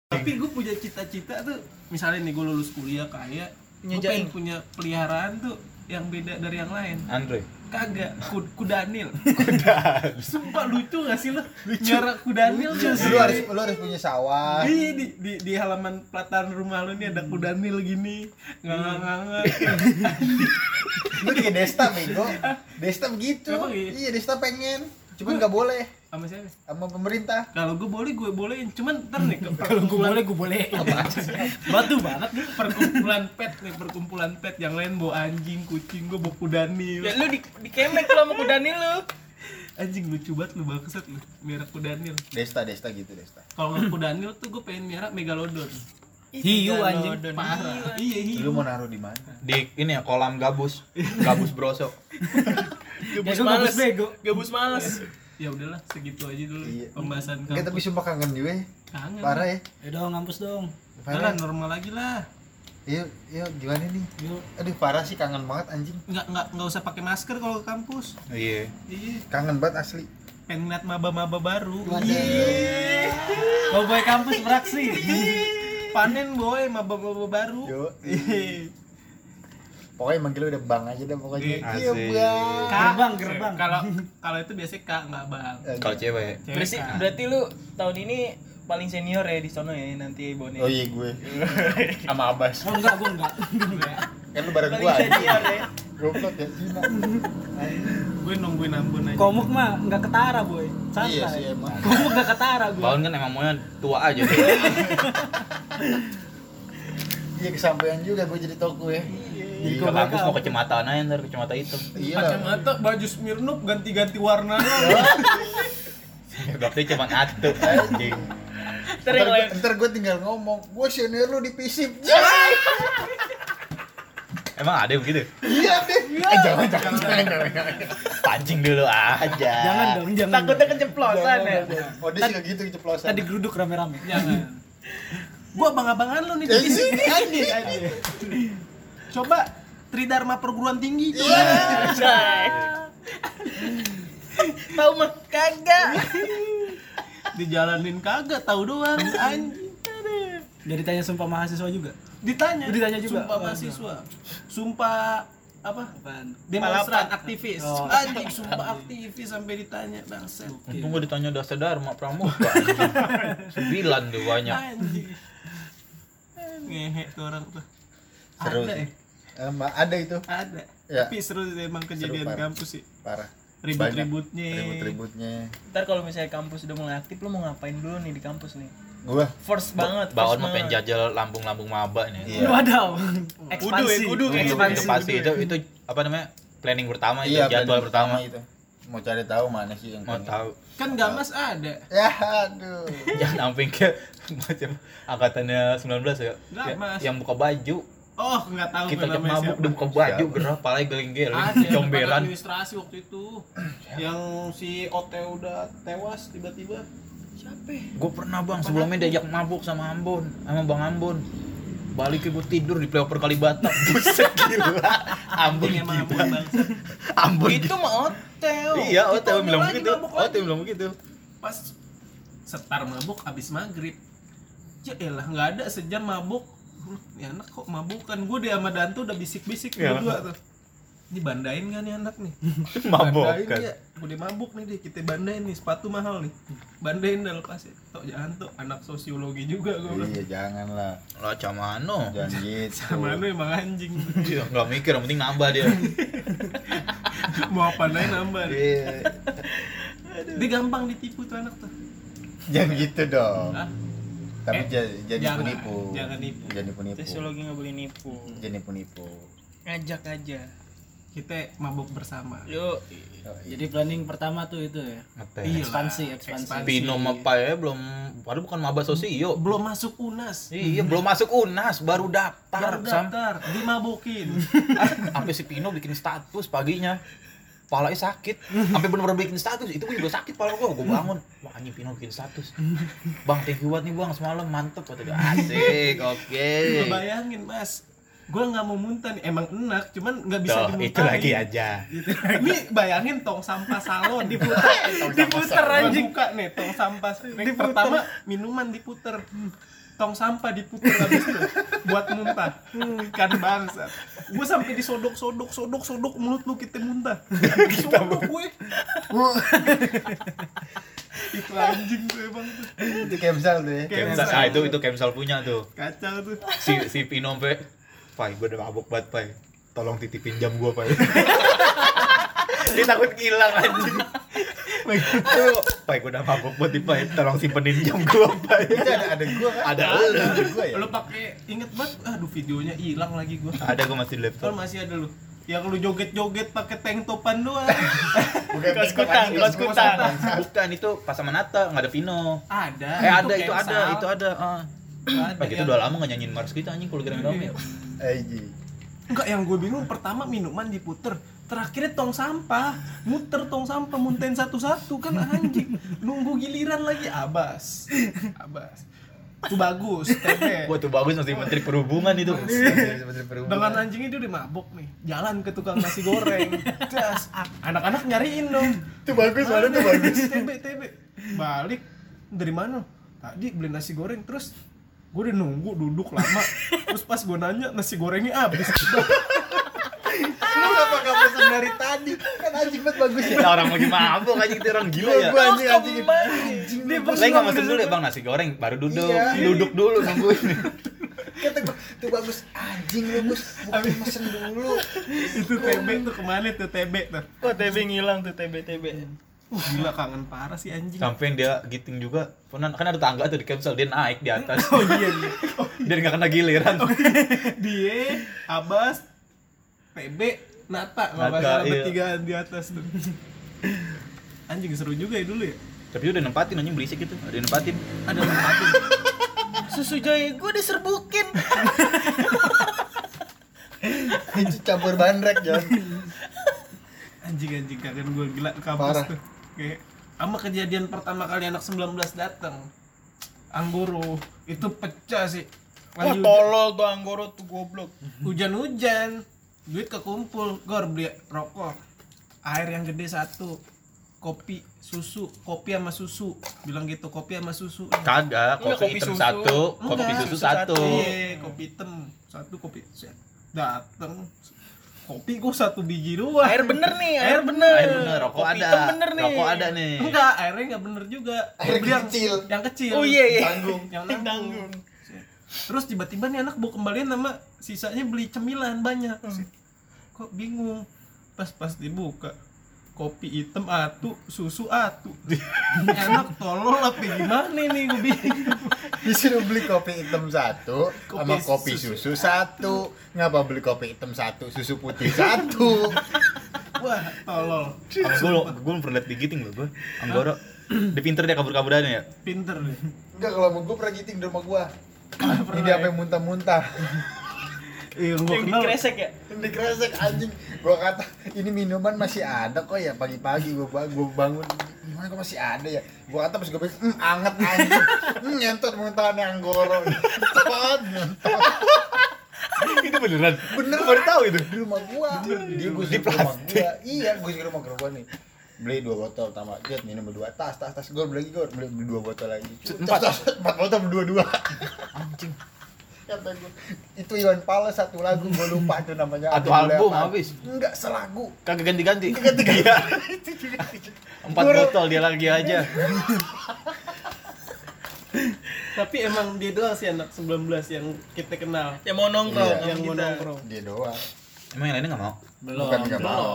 Speaker 11: tapi gue punya cita-cita tuh misalnya nih gue lulus kuliah kaya gue
Speaker 5: Nyejain.
Speaker 11: pengen punya peliharaan tuh yang beda dari yang lain
Speaker 6: Andre.
Speaker 11: kagak Ku- kudanil sumpah lucu Iya. gak sih lo nyara kudanil gak sih
Speaker 12: lu harus lu harus punya sawah
Speaker 11: Iya di, di, di halaman pelataran rumah lu nih ada kudanil gini ngangang
Speaker 12: lu juga desta bego desta begitu
Speaker 11: Emang iya?
Speaker 12: iya desta pengen cuman nggak boleh
Speaker 11: sama siapa
Speaker 12: sama pemerintah
Speaker 11: kalau gue boleh gue bolehin cuman ntar nih ke
Speaker 1: Kalau gue boleh, gue boleh. Batu banget nih.
Speaker 11: perkumpulan pet nih perkumpulan pet yang lain bawa anjing kucing gue bawa kudanil
Speaker 5: Ya lu di, dikemek lu sama kudani lu.
Speaker 11: anjing lucu banget lu bangsat lu merah kudanil
Speaker 4: Desta, Desta gitu Desta.
Speaker 11: kalau nggak kudanil tuh gue pengen merah megalodon
Speaker 1: Hiu anjing.
Speaker 11: parah iya iya
Speaker 4: Lu mau naruh di mana?
Speaker 6: Di ini ya kolam gabus. Gabus brosok.
Speaker 5: Gabus
Speaker 1: gua
Speaker 5: males.
Speaker 1: gabus bego.
Speaker 5: Gabus males.
Speaker 11: ya udahlah segitu aja dulu
Speaker 12: Iya.
Speaker 11: pembahasan
Speaker 12: Enggak
Speaker 11: kamu
Speaker 12: tapi sumpah kangen juga ya.
Speaker 11: kangen
Speaker 12: Parah ya.
Speaker 1: Ya dong, ngampus dong.
Speaker 11: Udah lah,
Speaker 12: Parah.
Speaker 11: normal lagi lah
Speaker 12: Yuk, yuk Iya, gimana nih?
Speaker 1: Yuk.
Speaker 12: Aduh, parah sih kangen banget anjing.
Speaker 11: nggak nggak nggak usah pakai masker kalau ke kampus
Speaker 6: Iya.
Speaker 11: iya
Speaker 12: Kangen banget asli.
Speaker 11: pengen ngeliat maba-maba baru
Speaker 1: Kau boy kampus beraksi.
Speaker 11: panen boy maba-maba baru
Speaker 12: Yo. Pokoknya manggil udah bang aja deh pokoknya. Iya,
Speaker 6: Asik.
Speaker 12: bang.
Speaker 1: Gerbang, gerbang.
Speaker 11: kalau kalau itu biasanya kak nggak bang
Speaker 6: Kalau cewek.
Speaker 11: Cewek
Speaker 5: Berarti,
Speaker 1: kan.
Speaker 11: Kak.
Speaker 5: berarti lu tahun ini paling senior ya di sono ya nanti Bone.
Speaker 4: Oh iya gue. Sama Abas.
Speaker 1: Oh enggak, gue enggak.
Speaker 4: Kan lu bareng
Speaker 5: Paling
Speaker 4: gua. anjing.
Speaker 5: senior ya.
Speaker 12: Goblok ya Cina.
Speaker 11: gue nungguin ambon aja
Speaker 1: Komuk mah enggak ketara, boy. Santai.
Speaker 4: Iya sih emang.
Speaker 1: Komuk enggak ketara gue.
Speaker 6: Baun kan emang maunya tua aja.
Speaker 12: Iya kesampaian juga gue jadi toko ya.
Speaker 6: Jadi ke kampus mau kecamatan aja ntar kecamatan hitam.
Speaker 12: Iya. lah.
Speaker 11: kacamata baju Smirnoff ganti-ganti warna
Speaker 6: Berarti cuma satu anjing.
Speaker 5: Ntar yang lain.
Speaker 12: Ntar gue tinggal ngomong, gue senior lu di PISIP
Speaker 4: Ya,
Speaker 6: Emang ada yang begitu?
Speaker 12: Iya deh
Speaker 4: Eh jangan jangan jangan. jangan, jangan.
Speaker 6: Pancing dulu aja.
Speaker 1: Jangan dong, jangan.
Speaker 5: Takutnya
Speaker 1: dong.
Speaker 5: keceplosan ya.
Speaker 12: Oh dia juga gitu keceplosan
Speaker 1: Tadi geruduk rame-rame.
Speaker 11: jangan gue abang-abangan lo nih
Speaker 12: Eh,
Speaker 11: di sini anjing, anjing. coba Tridharma perguruan tinggi itu
Speaker 5: Anjay. Tahu mah kagak.
Speaker 11: dijalanin kagak tahu doang anjing
Speaker 1: Jadi tanya sumpah mahasiswa juga.
Speaker 11: ditanya
Speaker 1: Ditanya juga.
Speaker 11: sumpah mahasiswa sumpah apa
Speaker 1: Apaan?
Speaker 11: demonstran aktivis
Speaker 1: Oh.
Speaker 11: anjing sumpah aktivis sampai ditanya bangset
Speaker 6: Untung gue ditanya dasar dharma pramuka. Sembilan tuh
Speaker 11: Nah,
Speaker 6: banyak.
Speaker 11: anjing Ya. ngehe tuh orang tuh
Speaker 4: Seru
Speaker 11: ada Ah.
Speaker 4: sih.
Speaker 11: ya
Speaker 4: Eh,
Speaker 12: Emang ada itu
Speaker 11: ada
Speaker 4: Ya.
Speaker 11: tapi seru sih emang kejadian
Speaker 4: parah.
Speaker 11: kampus sih
Speaker 4: Parah.
Speaker 11: ribut-ributnya
Speaker 4: Ribut-ributnya.
Speaker 5: Ntar kalau misalnya kampus udah mulai aktif lu mau ngapain dulu nih di kampus nih?
Speaker 4: Gua
Speaker 5: First banget,
Speaker 6: Baun
Speaker 5: first
Speaker 6: mah pengen
Speaker 5: banget.
Speaker 6: jajal lambung-lambung maba nih.
Speaker 4: iya.
Speaker 1: Wadaw.
Speaker 5: Kudu ya,
Speaker 11: eh,
Speaker 1: Ekspansi.
Speaker 5: kudu kayak
Speaker 6: Itu, itu
Speaker 5: ekspansi.
Speaker 6: pasti
Speaker 5: kudu
Speaker 6: itu
Speaker 5: ya.
Speaker 6: itu apa namanya? Planning pertama Nah, itu,
Speaker 4: Iya,
Speaker 6: jadwal
Speaker 4: planning
Speaker 6: pertama.
Speaker 4: itu. Mau cari tahu mana sih yang
Speaker 6: Mau
Speaker 4: pengen.
Speaker 6: tahu.
Speaker 11: kan gak mas ada
Speaker 12: Ya aduh
Speaker 6: Jangan sampai ke macam angkatannya 19 ya.
Speaker 11: Nggak,
Speaker 6: Ya,
Speaker 11: Mas.
Speaker 6: yang buka baju.
Speaker 11: oh nggak tahu
Speaker 6: Kita
Speaker 11: gue
Speaker 6: cuma
Speaker 11: namanya
Speaker 6: mabuk
Speaker 11: siapa.
Speaker 6: udah buka baju, gerah palanya geleng-geleng,
Speaker 11: ada yang depan
Speaker 6: comberan.
Speaker 11: administrasi waktu itu yang si Ote udah tewas tiba-tiba
Speaker 6: ya?
Speaker 11: siapa
Speaker 6: Gue pernah bang, sebelumnya diajak mabuk sama Ambon, sama Bang Ambon. Balik gue tidur di playoff Kalibata. Buset gila. Ambon
Speaker 11: yang emang
Speaker 6: gila.
Speaker 11: abang bangsa
Speaker 6: Ambon
Speaker 5: Itu mah hotel.
Speaker 6: Iya,
Speaker 5: Kita
Speaker 6: Ote bilang
Speaker 5: lagi
Speaker 6: begitu.
Speaker 5: mabuk
Speaker 6: Ote bilang begitu.
Speaker 11: pas setar mabuk abis maghrib ya elah nggak ada sejam mabuk Huh, ini anak kok mabukan gue dia sama Danto udah bisik-bisik
Speaker 6: Ya.
Speaker 11: berdua tuh ini bandain gak nih anak nih bandain
Speaker 6: Mabokan.
Speaker 11: dia udah mabuk nih deh kita bandain nih sepatu mahal nih bandain dah lepasin tok jangan tuh anak sosiologi juga gue bilang
Speaker 4: Iya, jangan lah.
Speaker 6: Lah camano.
Speaker 11: Iya.
Speaker 4: Jangan gitu.
Speaker 11: sama lu emang anjing
Speaker 6: Iya, nggak mikir, yang penting nambah dia.
Speaker 11: mau apa naik nambah nih.
Speaker 4: Iya.
Speaker 11: dia gampang ditipu tuh anak tuh
Speaker 4: Jangan gitu dong.
Speaker 11: Hah?
Speaker 4: Tapi
Speaker 11: Eh,
Speaker 4: ja- jadi
Speaker 11: jangan.
Speaker 4: penipu.
Speaker 11: Jangan nipu.
Speaker 4: Jangan nipu-nipu.
Speaker 5: Sosiologi nggak boleh nipu.
Speaker 4: Jangan nipu-nipu.
Speaker 5: Ngajak aja.
Speaker 11: kita mabuk bersama
Speaker 5: Yuk.
Speaker 1: Jadi planning pertama tuh itu ya.
Speaker 11: Iya.
Speaker 1: Ekspansi, ekspansi.
Speaker 6: Pino apa ya belum padahal bukan maba sosio.
Speaker 11: belum masuk unas
Speaker 6: Iya, belum masuk UNAS, baru daftar.
Speaker 11: Hmm. baru
Speaker 6: Sam.
Speaker 11: daftar dimabukin
Speaker 6: Sampai si Pino bikin status paginya. Palanya sakit. Sampai bener-bener bikin status. Itu gue juga sakit pala gue. Gue bangun. Wah, anjing Pino bikin status. Bang, thank you banget nih Bang semalam mantep kata dia. Asik, oke.
Speaker 11: Lu bayangin mas gue nggak mau muntah nih emang enak cuman nggak bisa
Speaker 6: Tuh,
Speaker 11: dimuntahin
Speaker 6: itu lagi aja.
Speaker 11: Gitu. ini bayangin tong sampah salon Eh, diputer diputer anjing buka nih tong sampah Nih, pertama minuman diputer tong sampah diputer habis itu buat muntah kan bangsat gue sampai disodok sodok sodok sodok mulut lu kita muntah disodok gue itu anjing tuh emang tuh
Speaker 4: itu kemsal tuh ya
Speaker 11: Kayak
Speaker 6: Kemsal. Ah, itu itu Kemsal punya tuh.
Speaker 11: kacau tuh
Speaker 6: Si si Pino pe. Pai, gue udah mabuk banget, Pai. Tolong titipin jam gue, Pai. Dia takut hilang anjing. Begitu. Pai, gue udah mabuk banget, nih, Pai. Tolong simpenin jam gue, Pai.
Speaker 4: itu ada ada gua kan
Speaker 6: Ada
Speaker 4: ada gua ya
Speaker 11: lu pakai inget banget aduh videonya hilang lagi gue
Speaker 6: Ada gue masih di
Speaker 11: kan
Speaker 6: laptop.
Speaker 11: masih ada lu yang lu joget-joget pakai tank topan doang
Speaker 4: bukan tank
Speaker 5: Kaos
Speaker 4: top,
Speaker 5: kutang,
Speaker 4: anjing.
Speaker 5: kaos kutang.
Speaker 6: Bukan itu pas sama Nata, nggak ada Pino.
Speaker 11: ada
Speaker 6: Eh ada itu
Speaker 11: cancel.
Speaker 6: ada, itu ada. ah.
Speaker 11: Ada
Speaker 6: Pagi itu
Speaker 11: yang-
Speaker 6: udah lama nggak nyanyiin Mars kita anjing kalau kira rame.
Speaker 4: Aji.
Speaker 11: Enggak, yang gue bingung pertama minuman diputer, terakhirnya tong sampah, muter tong sampah, munten satu-satu kan anjing. Nunggu giliran lagi abas. Abas. Itu bagus, tebe.
Speaker 6: Wah tuh bagus masih Menteri Perhubungan itu.
Speaker 11: Dengan anjing itu udah mabok nih, jalan ke tukang nasi goreng. Das, anak-anak nyariin dong.
Speaker 4: Itu bagus, mana tuh bagus.
Speaker 11: Tebe, tebe. Balik dari mana? Tadi beli nasi goreng terus gue udah nunggu duduk lama. Terus pas gue nanya nasi gorengnya habis.
Speaker 4: Lu kenapa gak pesen dari tadi? Kan anjing banget bagus ya.
Speaker 6: Kita orang lagi mabuk anjing kita orang gila ya.
Speaker 4: Gua anjing anjing. Anjing lu bagus.
Speaker 6: Saya nggak mesen dulu ya bang nasi goreng, baru duduk,
Speaker 4: Iya.
Speaker 6: duduk dulu nungguin.
Speaker 4: Kata gua, tuh bagus. Anjing lu bagus. Bukan mesen dulu.
Speaker 11: itu TB tuh kemana tuh TB tuh
Speaker 5: Kok TB ngilang tuh TB TB.
Speaker 11: Wah, gila kangen parah sih anjing
Speaker 6: Sampai dia giting juga, Pernah- kan ada tangga tuh di cancel dia naik di atas,
Speaker 11: oh iya iya. Oh,
Speaker 6: dia nggak kena giliran.
Speaker 11: dia Abas TB Nata nggak
Speaker 6: Nata,
Speaker 11: masalah
Speaker 6: iya.
Speaker 11: bertigaan di atas tuh anjing seru juga ya dulu ya
Speaker 6: Tapi dia udah nempatin anjing berisik gitu, ada yang nempatin.
Speaker 11: ada tempat
Speaker 5: Susu jahe gue diserbukin.
Speaker 4: Anjing campur bandrek, Jon.
Speaker 11: anjing anjing kangen gue gila ke kampus
Speaker 4: Parah.
Speaker 11: tuh kayak sama kejadian pertama kali anak 19 datang Anggoro itu pecah sih
Speaker 5: Wah
Speaker 11: Lagi hujan-
Speaker 5: tolol tuh Anggoro tuh goblok.
Speaker 11: hujan-hujan duit kekumpul gor beli rokok air yang gede satu kopi susu kopi sama susu bilang gitu kopi sama susu
Speaker 6: Kagak,
Speaker 5: Enggak,
Speaker 6: kopi
Speaker 5: kopi
Speaker 6: hitam
Speaker 5: susu.
Speaker 6: satu, kopi
Speaker 11: Enggak,
Speaker 6: susu
Speaker 5: susu
Speaker 6: satu.
Speaker 11: iya kopi hitam satu kopi set. dateng kopi gua satu biji doang
Speaker 5: Air bener nih, air bener.
Speaker 6: Air bener, rokok
Speaker 5: Kopi
Speaker 6: ada,
Speaker 5: hitam bener nih.
Speaker 6: rokok ada nih.
Speaker 11: enggak airnya nggak bener juga
Speaker 4: Air
Speaker 11: Beli yang
Speaker 4: kecil.
Speaker 11: yang kecil
Speaker 5: Oh iya iya.
Speaker 4: Tanggung.
Speaker 11: yang nanggung Set. terus tiba-tiba nih anak bawa kembalian sama sisanya beli cemilan banyak
Speaker 5: Hmm.
Speaker 11: Set. kok bingung pas pas dibuka kopi hitam atu susu atu Ini anak tolol apa gimana nih gue bingung
Speaker 4: Disuruh beli kopi hitam satu, sama
Speaker 11: Kopi
Speaker 4: kopi susu satu. Ngapa beli kopi hitam satu, susu putih satu?
Speaker 11: wah tolol
Speaker 6: Gue gue pernah liat digiting loh gue, Anggoro. Dia pinter dia kabur-kaburannya ya.
Speaker 11: pinter deh
Speaker 4: Enggak kalau mau gua pernah giting di rumah gua. Jadi apa yang muntah-muntah.
Speaker 11: iya gue
Speaker 5: Yang
Speaker 11: kenal
Speaker 5: dikresek ya.
Speaker 4: Ini kresek anjing. Gua kata ini minuman masih ada kok ya pagi-pagi gua bangun, gua bangun gimana kok masih ada ya. Gua kata pas gua pikir, "Hmm, anget anjing." Hmm, nyentot muntahannya anggoro. Cepat nyentot.
Speaker 6: Itu beneran.
Speaker 4: Bener
Speaker 6: Baru tahu itu.
Speaker 4: di rumah gua. Dia gua
Speaker 6: Di
Speaker 4: suruh ke rumah gua. Iya, gua suruh ke rumah gua nih beli dua botol sama jet minum berdua tas tas tas gua beli lagi gua beli beli dua botol lagi empat tas, tas, empat botol berdua dua anjing kata gua itu Iwan Pala satu lagu gua lupa tuh namanya
Speaker 6: Satu
Speaker 4: Ada
Speaker 6: album
Speaker 4: Leopard.
Speaker 6: habis.
Speaker 4: enggak selagu
Speaker 6: Kagak ganti-ganti. Iya. Empat botol dia lagi aja.
Speaker 11: tapi emang dia doang sih anak 19 yang kita kenal
Speaker 5: Yang mau nongkrong
Speaker 4: Iya.
Speaker 5: sama
Speaker 11: yang mau
Speaker 5: kita.
Speaker 11: nongkrong
Speaker 4: dia doang
Speaker 6: Emang yang lainnya nggak mau?
Speaker 1: belum
Speaker 4: bukan nggak mau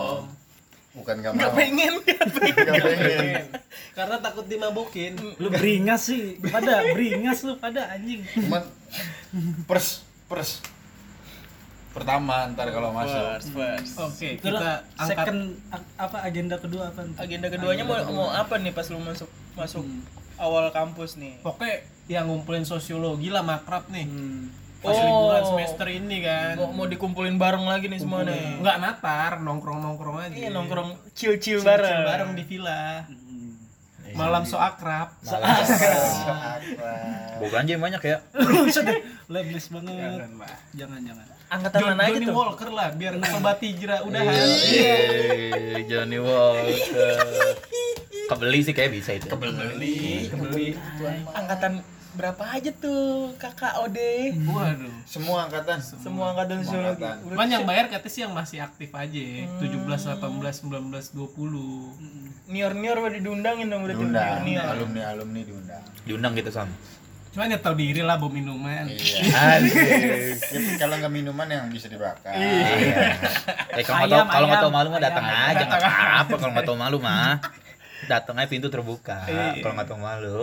Speaker 4: bukan nggak mau
Speaker 5: Gak pengen
Speaker 4: nggak pengen
Speaker 11: karena takut dimabokin
Speaker 1: lu beringas sih pada beringas lu pada anjing
Speaker 4: cuman pers pers pertama ntar kalau masuk
Speaker 5: First, first.
Speaker 11: oke
Speaker 1: itulah
Speaker 11: kita angkat
Speaker 1: second a- apa agenda kedua apa ntar?
Speaker 5: Agenda keduanya mau mau apa nih pas lu masuk masuk
Speaker 11: Hmm.
Speaker 5: awal kampus nih?
Speaker 11: pokoknya yang ngumpulin sosiologi lah Oh, makrab nih
Speaker 1: Hmm.
Speaker 11: pas
Speaker 5: Oh.
Speaker 11: liburan semester ini kan
Speaker 5: Mau, mau dikumpulin bareng lagi nih semua nih.
Speaker 11: nggak natar nongkrong nongkrong aja
Speaker 5: Iya nongkrong chill-chill
Speaker 11: Chill-chill
Speaker 5: bareng.
Speaker 11: bareng di villa malam so akrab
Speaker 6: Nah. Bukan aja yang banyak ya.
Speaker 1: Lebles banget jangan jangan
Speaker 5: Angkatan
Speaker 11: John,
Speaker 5: mana aja
Speaker 11: Johnny
Speaker 5: tuh? Iya.
Speaker 11: Walker lah biar sobat hijrah udah
Speaker 6: Yeay, Iya. Johnny Walker. Kebeli sih kayak bisa itu.
Speaker 5: Angkatan berapa aja tuh kakak Ode?
Speaker 11: Hmm. Waduh.
Speaker 4: Semua angkatan.
Speaker 5: Semua angkatan
Speaker 4: Semua
Speaker 5: sosiologi.
Speaker 4: angkatan.
Speaker 5: Udah
Speaker 11: Cuman yang
Speaker 5: siap-
Speaker 11: bayar katanya sih yang masih aktif aja. 17,
Speaker 5: Hmm.
Speaker 11: 18, 19, 20.
Speaker 5: Nior-nior udah diundangin dong udah tim
Speaker 4: Diundang,
Speaker 5: nior-nior.
Speaker 4: alumni alumni diundang.
Speaker 6: diundang gitu sam
Speaker 11: Cuman ya tau diri lah bawa minuman.
Speaker 4: Iya.
Speaker 6: Asik.
Speaker 4: Tapi kalau nggak minuman yang bisa dibakar.
Speaker 6: Eh kalau nggak tahu
Speaker 1: Ayam,
Speaker 6: kalau nggak tahu
Speaker 1: ayam,
Speaker 6: malu mah datang
Speaker 1: ayam.
Speaker 6: aja nggak apa-apa kalau nggak tahu malu mah datang aja pintu terbuka kalau nggak tahu malu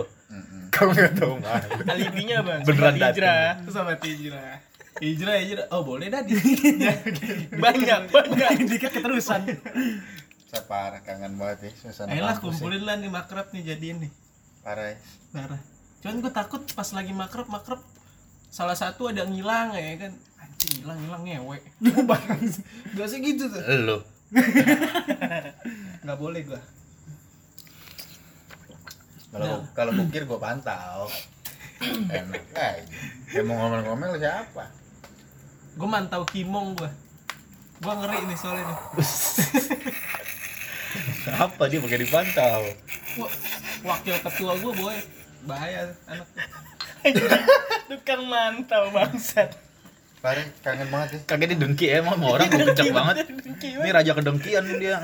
Speaker 6: kalau nggak tahu malu
Speaker 5: Alibinya bang.
Speaker 6: Beneran
Speaker 5: Sobat hijrah.
Speaker 11: Terus sama Tijra. Hijrah, hijrah. Oh boleh dah di.
Speaker 5: Banyak banyak.
Speaker 11: Dikit keterusan.
Speaker 4: Saya parah kangen banget ya suasana
Speaker 11: Ayolah
Speaker 4: kampus ya.
Speaker 11: kumpulin lah nih makrab nih jadiin nih.
Speaker 4: Parah ya.
Speaker 11: Parah. Cuman gue takut pas lagi makrab, makrab salah satu ada yang ngilang ya kan. Anjing ngilang, ngilang ngewe. Biasa gitu tuh.
Speaker 6: lo
Speaker 11: Gak boleh gua.
Speaker 1: Iya.
Speaker 4: Kalau kalau bukir gue pantau. Enak aja. Ya mau ngomel-ngomel siapa?
Speaker 11: Gue mantau kimong gua. Gua ngeri nih soalnya nih.
Speaker 6: apa dia pakai dipantau
Speaker 11: Wah, wakil ketua gua boy. Bahaya anak.
Speaker 5: Tukang mantau bangsat.
Speaker 4: Parah kangen banget ya.
Speaker 6: kaget dia dengki eh, emang sama orang gue kecek banget ini raja kedengkian dia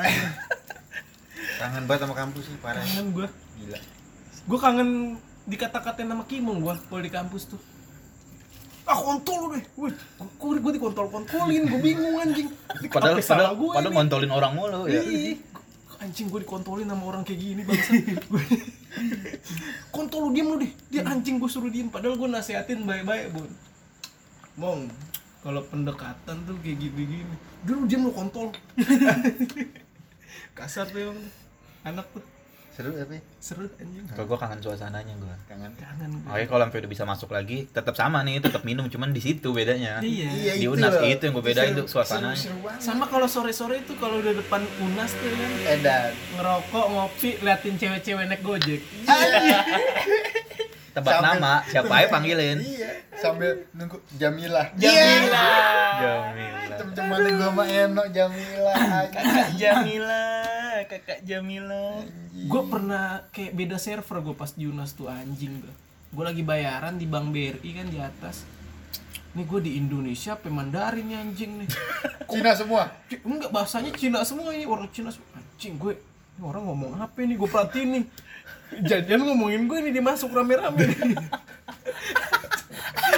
Speaker 4: Kangen banget sama kampus sih parah.
Speaker 11: Kangen gua.
Speaker 4: Gila.
Speaker 11: Gue kangen dikata-katain sama Kimong gue kalau di kampus tuh. Ah kontol lu deh, gue gue dikontol-kontolin, gue bingung anjing. Ini
Speaker 6: padahal
Speaker 11: apa salah
Speaker 6: padahal,
Speaker 11: gua
Speaker 6: padahal
Speaker 11: ini?
Speaker 6: ngontolin orang mulu ya
Speaker 11: Iya. Anjing gue dikontolin sama orang kayak gini bangsa. kontol lu diem lu deh, dia anjing gue suruh diem. Padahal gue nasehatin baik-baik bun. Mong, kalau pendekatan tuh kayak gini-gini. Dulu diem lu kontol. Kasar tuh emang. Anak tuh
Speaker 4: Seru tapi
Speaker 11: seru anjing.
Speaker 6: kalau gue kangen suasananya gue
Speaker 4: kangen.
Speaker 11: Kangen gue.
Speaker 6: Oke kalau sampai udah bisa masuk lagi tetap sama nih tetap minum cuman di situ bedanya
Speaker 11: Iya.
Speaker 6: di unas itu yang gue bedain tuh suasananya
Speaker 11: Sama kalau sore-sore itu kalau udah depan UNAS tuh kan
Speaker 4: Edan.
Speaker 11: ngerokok, ngopi, liatin cewek-cewek naik Gojek.
Speaker 6: tebak
Speaker 4: Sambil-
Speaker 6: nama siapa aja panggilin
Speaker 4: Iya. Sambil nunggu Jamila.
Speaker 1: Iya.
Speaker 5: Jamila.
Speaker 6: Iya. Jamila
Speaker 4: Teman-teman gue mah enak Jamila.
Speaker 5: Kakak Jamila. Kakak Jamila.
Speaker 11: Gue pernah kayak beda server gue pas di UNAS tuh anjing gue. Gue lagi bayaran di Bank BRI kan di atas. Nih gue di Indonesia apa Mandarin nih anjing nih.
Speaker 4: Cina semua.
Speaker 11: C- Enggak bahasanya Cina semua ini orang Cina semua. Anjing gue ini orang ngomong apa nih gue perhatiin nih. Jangan ngomongin gue nih dia masuk rame-rame.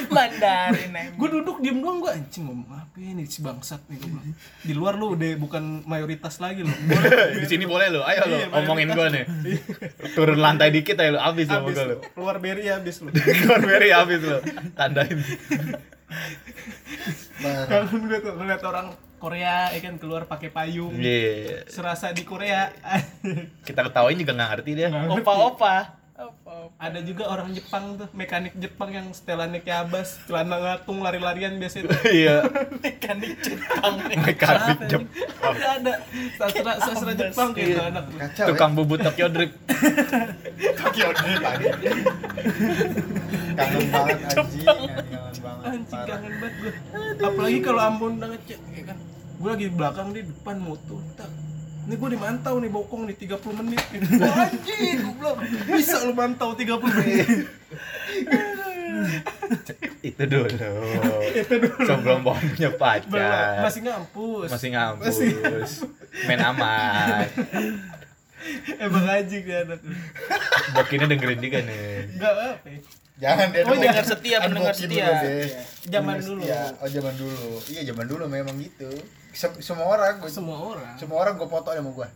Speaker 5: Mandarin emang.
Speaker 11: gue duduk diem doang gue anjing ngomong apa ini si bangsat nih gue bilang di luar lu udah bukan mayoritas lagi lo
Speaker 6: di sini Iya, boleh lo ayo lo omongin gue nih turun lantai dikit ayo lo abis sama gue lo
Speaker 11: keluar beri habis lu
Speaker 6: keluar beri abis lo tandain
Speaker 11: kangen gue tuh ngeliat orang Korea ya kan keluar pakai payung
Speaker 6: Iya.
Speaker 11: serasa di Korea
Speaker 6: kita ketawain juga nggak ngerti dia
Speaker 5: Opa-opa. Opa-opa.
Speaker 11: ada juga orang Jepang tuh mekanik Jepang yang setelannya kayak abas celana ngatung lari-larian biasanya tuh.
Speaker 6: iya
Speaker 5: Mekanik Jepang.
Speaker 6: mekanik Jepang
Speaker 11: ada ada sastra sastra
Speaker 5: abas.
Speaker 11: Jepang kayak itu anak
Speaker 4: Kacau ya.
Speaker 6: tukang bubut Tokyo Drift
Speaker 4: Tokyo Drift lagi. Kangen banget anjing. Kangen banget.
Speaker 11: anjing kangen banget gue apalagi kalau Ambon udah ngecek ya kan gue lagi di belakang di depan motor tak ini gue dimantau nih bokong nih 30 menit Wah, anjing gue bilang bisa lu mantau 30
Speaker 4: Iya.
Speaker 11: menit
Speaker 6: itu dulu sebelum bawa punya
Speaker 11: Belum,
Speaker 4: Iya.
Speaker 6: pacar
Speaker 11: masih ngampus
Speaker 6: masih ngampus main aman
Speaker 11: emang anjing dia anak
Speaker 6: Bakinnya dengerin juga nih
Speaker 11: enggak apa ya.
Speaker 4: Jangan dia
Speaker 5: Oh,
Speaker 4: dengerin.
Speaker 5: dengar setia, pendengar
Speaker 4: Unboxing
Speaker 5: setia.
Speaker 4: dulu deh.
Speaker 11: zaman
Speaker 4: Pendengar
Speaker 11: dulu
Speaker 4: setia. Oh, zaman dulu. Iya, zaman dulu memang gitu. Sem- semua orang gue
Speaker 11: semua orang
Speaker 4: semua orang gue foto sama gue.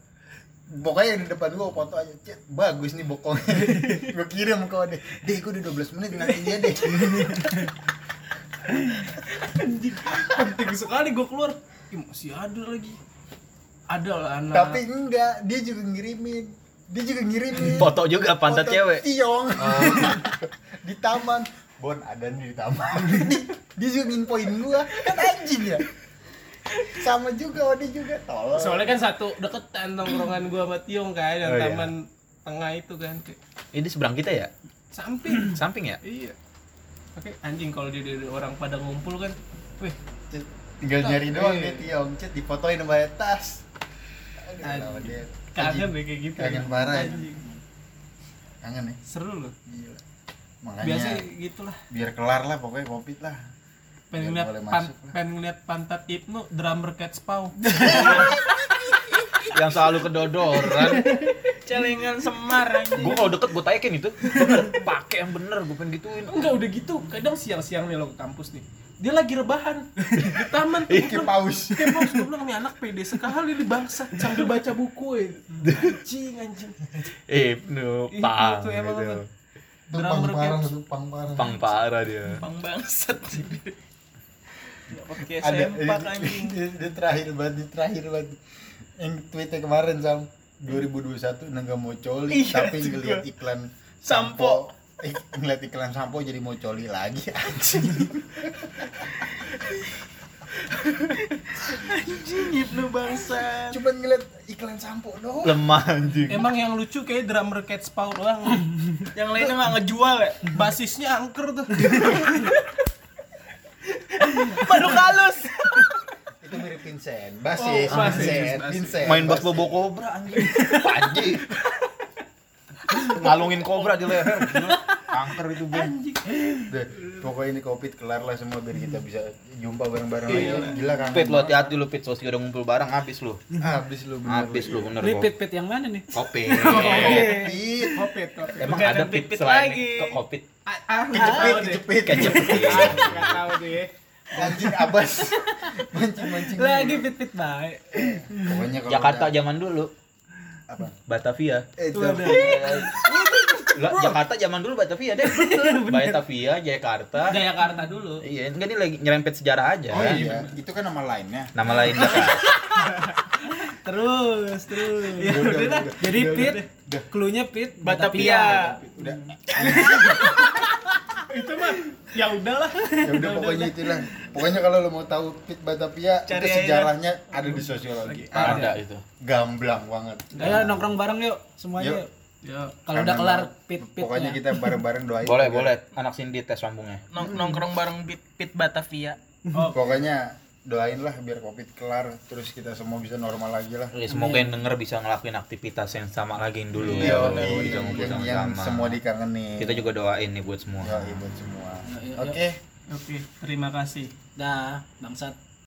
Speaker 4: Pokoknya yang di depan gue foto aja. Cet, bagus nih bokongnya. gue kirim ke Ode. Deh, gue udah 12 menit nantinya deh.
Speaker 11: penting sekali gue keluar Ih, masih ada lagi ada lah anak
Speaker 4: Tapi enggak, dia juga ngirimin. Dia juga ngirimin.
Speaker 6: foto juga pantat
Speaker 4: Foto
Speaker 6: cewek Oh.
Speaker 4: Tiong. di taman. Bon ada nih di taman. dia juga nginfoin gua. Kan anjing ya. Sama juga Odi juga tolong.
Speaker 11: soalnya kan satu deketan tongkrongan gue sama Tiong kan yang
Speaker 6: Oh, iya.
Speaker 11: taman tengah itu kan kayak
Speaker 6: ini seberang kita ya
Speaker 11: samping
Speaker 6: samping ya
Speaker 11: Iya. Oke, anjing kalau dia dia- dia orang pada ngumpul kan, weh,
Speaker 4: Cet, tinggal nyari doang
Speaker 11: Iya.
Speaker 4: dia Tiong. Cet dipotoin sama dia tas. Aduh,
Speaker 11: Anjing.
Speaker 4: lawan dia.
Speaker 11: kangen
Speaker 4: Anjing.
Speaker 11: deh kayak gitu.
Speaker 4: Kangen parah ya.
Speaker 11: Anjing.
Speaker 4: Kangen ya.
Speaker 11: Seru loh.
Speaker 4: Gila. makanya
Speaker 11: biasa gitulah
Speaker 4: biar kelar lah pokoknya covid lah Biar
Speaker 11: pengen ngeliat
Speaker 4: boleh
Speaker 11: pan,
Speaker 4: masuk lah.
Speaker 11: pengen ngeliat pantat Ibnu drummer catch paw
Speaker 6: yang selalu kedodoran
Speaker 5: celengan semar anjing
Speaker 6: gue kalau deket gue taikin itu gitu. pakai yang bener gue pengen gituin
Speaker 11: enggak udah gitu kadang siang-siang nih lo ke kampus nih dia lagi rebahan di taman tuh
Speaker 4: Kayak paus
Speaker 11: Kayak box gue bilang nih anak pede sekali di bangsa sambil baca buku ya. Anjing anjing.
Speaker 6: eh no
Speaker 11: Ih,
Speaker 6: pang
Speaker 11: itu emang
Speaker 6: gitu.
Speaker 11: apa?
Speaker 12: Itu
Speaker 11: Drummer
Speaker 12: pang parah,
Speaker 11: caps.
Speaker 12: itu pang parah.
Speaker 6: pang parah dia
Speaker 5: bang bangsat oke
Speaker 4: ada
Speaker 5: sempak anjing
Speaker 4: dia, dia terakhir banget dia terakhir banget yang tweetnya kemarin sam 2021 naga mau coli
Speaker 5: Iya,
Speaker 4: tapi
Speaker 5: itu
Speaker 4: ngeliat
Speaker 5: gua.
Speaker 4: iklan sampo.
Speaker 5: Sampo.
Speaker 4: Eh, ngeliat iklan sampo jadi mau coli lagi
Speaker 5: anjing ibnu bangsat
Speaker 4: cuman ngeliat iklan sampo doang
Speaker 6: lemah anjing
Speaker 11: Emang yang lucu kayak drummer catch paw doang.
Speaker 5: yang lainnya nggak ngejual ya
Speaker 11: Basisnya angker tuh.
Speaker 5: baru kalus
Speaker 4: itu mirip Vincent basis
Speaker 5: ya,
Speaker 11: Oh, basis,
Speaker 4: Vincent
Speaker 11: basis.
Speaker 4: Vincent
Speaker 6: main bas
Speaker 4: basis.
Speaker 6: bobo kobra anjing panji ngalungin kobra di leher gila. kanker itu ben
Speaker 4: Udah, pokoknya ini covid kelar lah semua biar kita bisa jumpa bareng-bareng lagi
Speaker 5: Iya.
Speaker 4: gila kan
Speaker 6: pit lu hati-hati lu pit sosial udah ngumpul barang habis lu
Speaker 4: habis lu bener
Speaker 6: habis lu bener
Speaker 1: Ini
Speaker 6: gua.
Speaker 1: pit-pit yang mana nih?
Speaker 6: Kopit.
Speaker 4: Covid.
Speaker 11: Kopet kopet.
Speaker 6: Emang
Speaker 5: Bukan
Speaker 6: ada
Speaker 5: pit-pit
Speaker 6: pit selain
Speaker 5: lagi.
Speaker 6: ke kopit
Speaker 11: Ah, ah,
Speaker 4: Kejepit, kejepit.
Speaker 6: kejepit.
Speaker 11: Enggak tahu tuh ya.
Speaker 4: Anjing abas. Mancing-mancing.
Speaker 1: Lagi pit-pit baik.
Speaker 4: Pokoknya
Speaker 11: ah.
Speaker 4: kalau
Speaker 6: Jakarta
Speaker 4: udah-
Speaker 6: zaman dulu.
Speaker 4: Apa?
Speaker 6: Batavia.
Speaker 4: Eh, itu
Speaker 6: Lah, Jakarta zaman dulu Batavia deh. Batavia, Jakarta.
Speaker 1: Jakarta dulu.
Speaker 6: Iya, enggak ini lagi nyerempet sejarah aja.
Speaker 4: Oh iya, itu kan nama lainnya.
Speaker 6: Nama lain Jakarta.
Speaker 1: Terus, terus.
Speaker 4: udah, udah.
Speaker 1: Iya, Jadi pit, cluenya pit
Speaker 5: batapia
Speaker 4: Udah,
Speaker 11: Itu mah ya udahlah.
Speaker 4: ya udah pokoknya itulah. Pokoknya kalau lo mau tahu Pit Batavia
Speaker 5: Cari
Speaker 4: itu
Speaker 5: aja.
Speaker 4: sejarahnya ada di sosiologi.
Speaker 6: Ada itu.
Speaker 4: Gamblang banget.
Speaker 1: Ayo nongkrong bareng yuk semuanya.
Speaker 4: Yuk.
Speaker 11: Ya,
Speaker 1: Yuk. Kalau
Speaker 4: Karena
Speaker 1: udah kelar
Speaker 4: emang
Speaker 1: pit-pitnya.
Speaker 4: Pokoknya
Speaker 11: gitu.
Speaker 4: kita bareng-bareng doain.
Speaker 6: Boleh, boleh. Iya. Anak Cindy tes lambungnya.
Speaker 5: Nong- nongkrong bareng pit pit batavia
Speaker 11: Oh.
Speaker 4: Pokoknya doain lah biar Covid kelar terus kita semua bisa normal lagi lah.
Speaker 6: Ya, semoga yang denger bisa ngelakuin aktivitas yang sama lagi yang dulu.
Speaker 4: Iya,
Speaker 6: Bisa
Speaker 4: yang-
Speaker 6: ngumpul
Speaker 4: yang, yang
Speaker 6: sama-sama.
Speaker 4: semua Iya. dikangenin.
Speaker 6: Kita juga doain nih buat semua.
Speaker 4: ya, buat semua.
Speaker 1: Yuk, yuk,
Speaker 4: Oke.
Speaker 11: Oke, terima kasih.
Speaker 1: Dah, bangsat.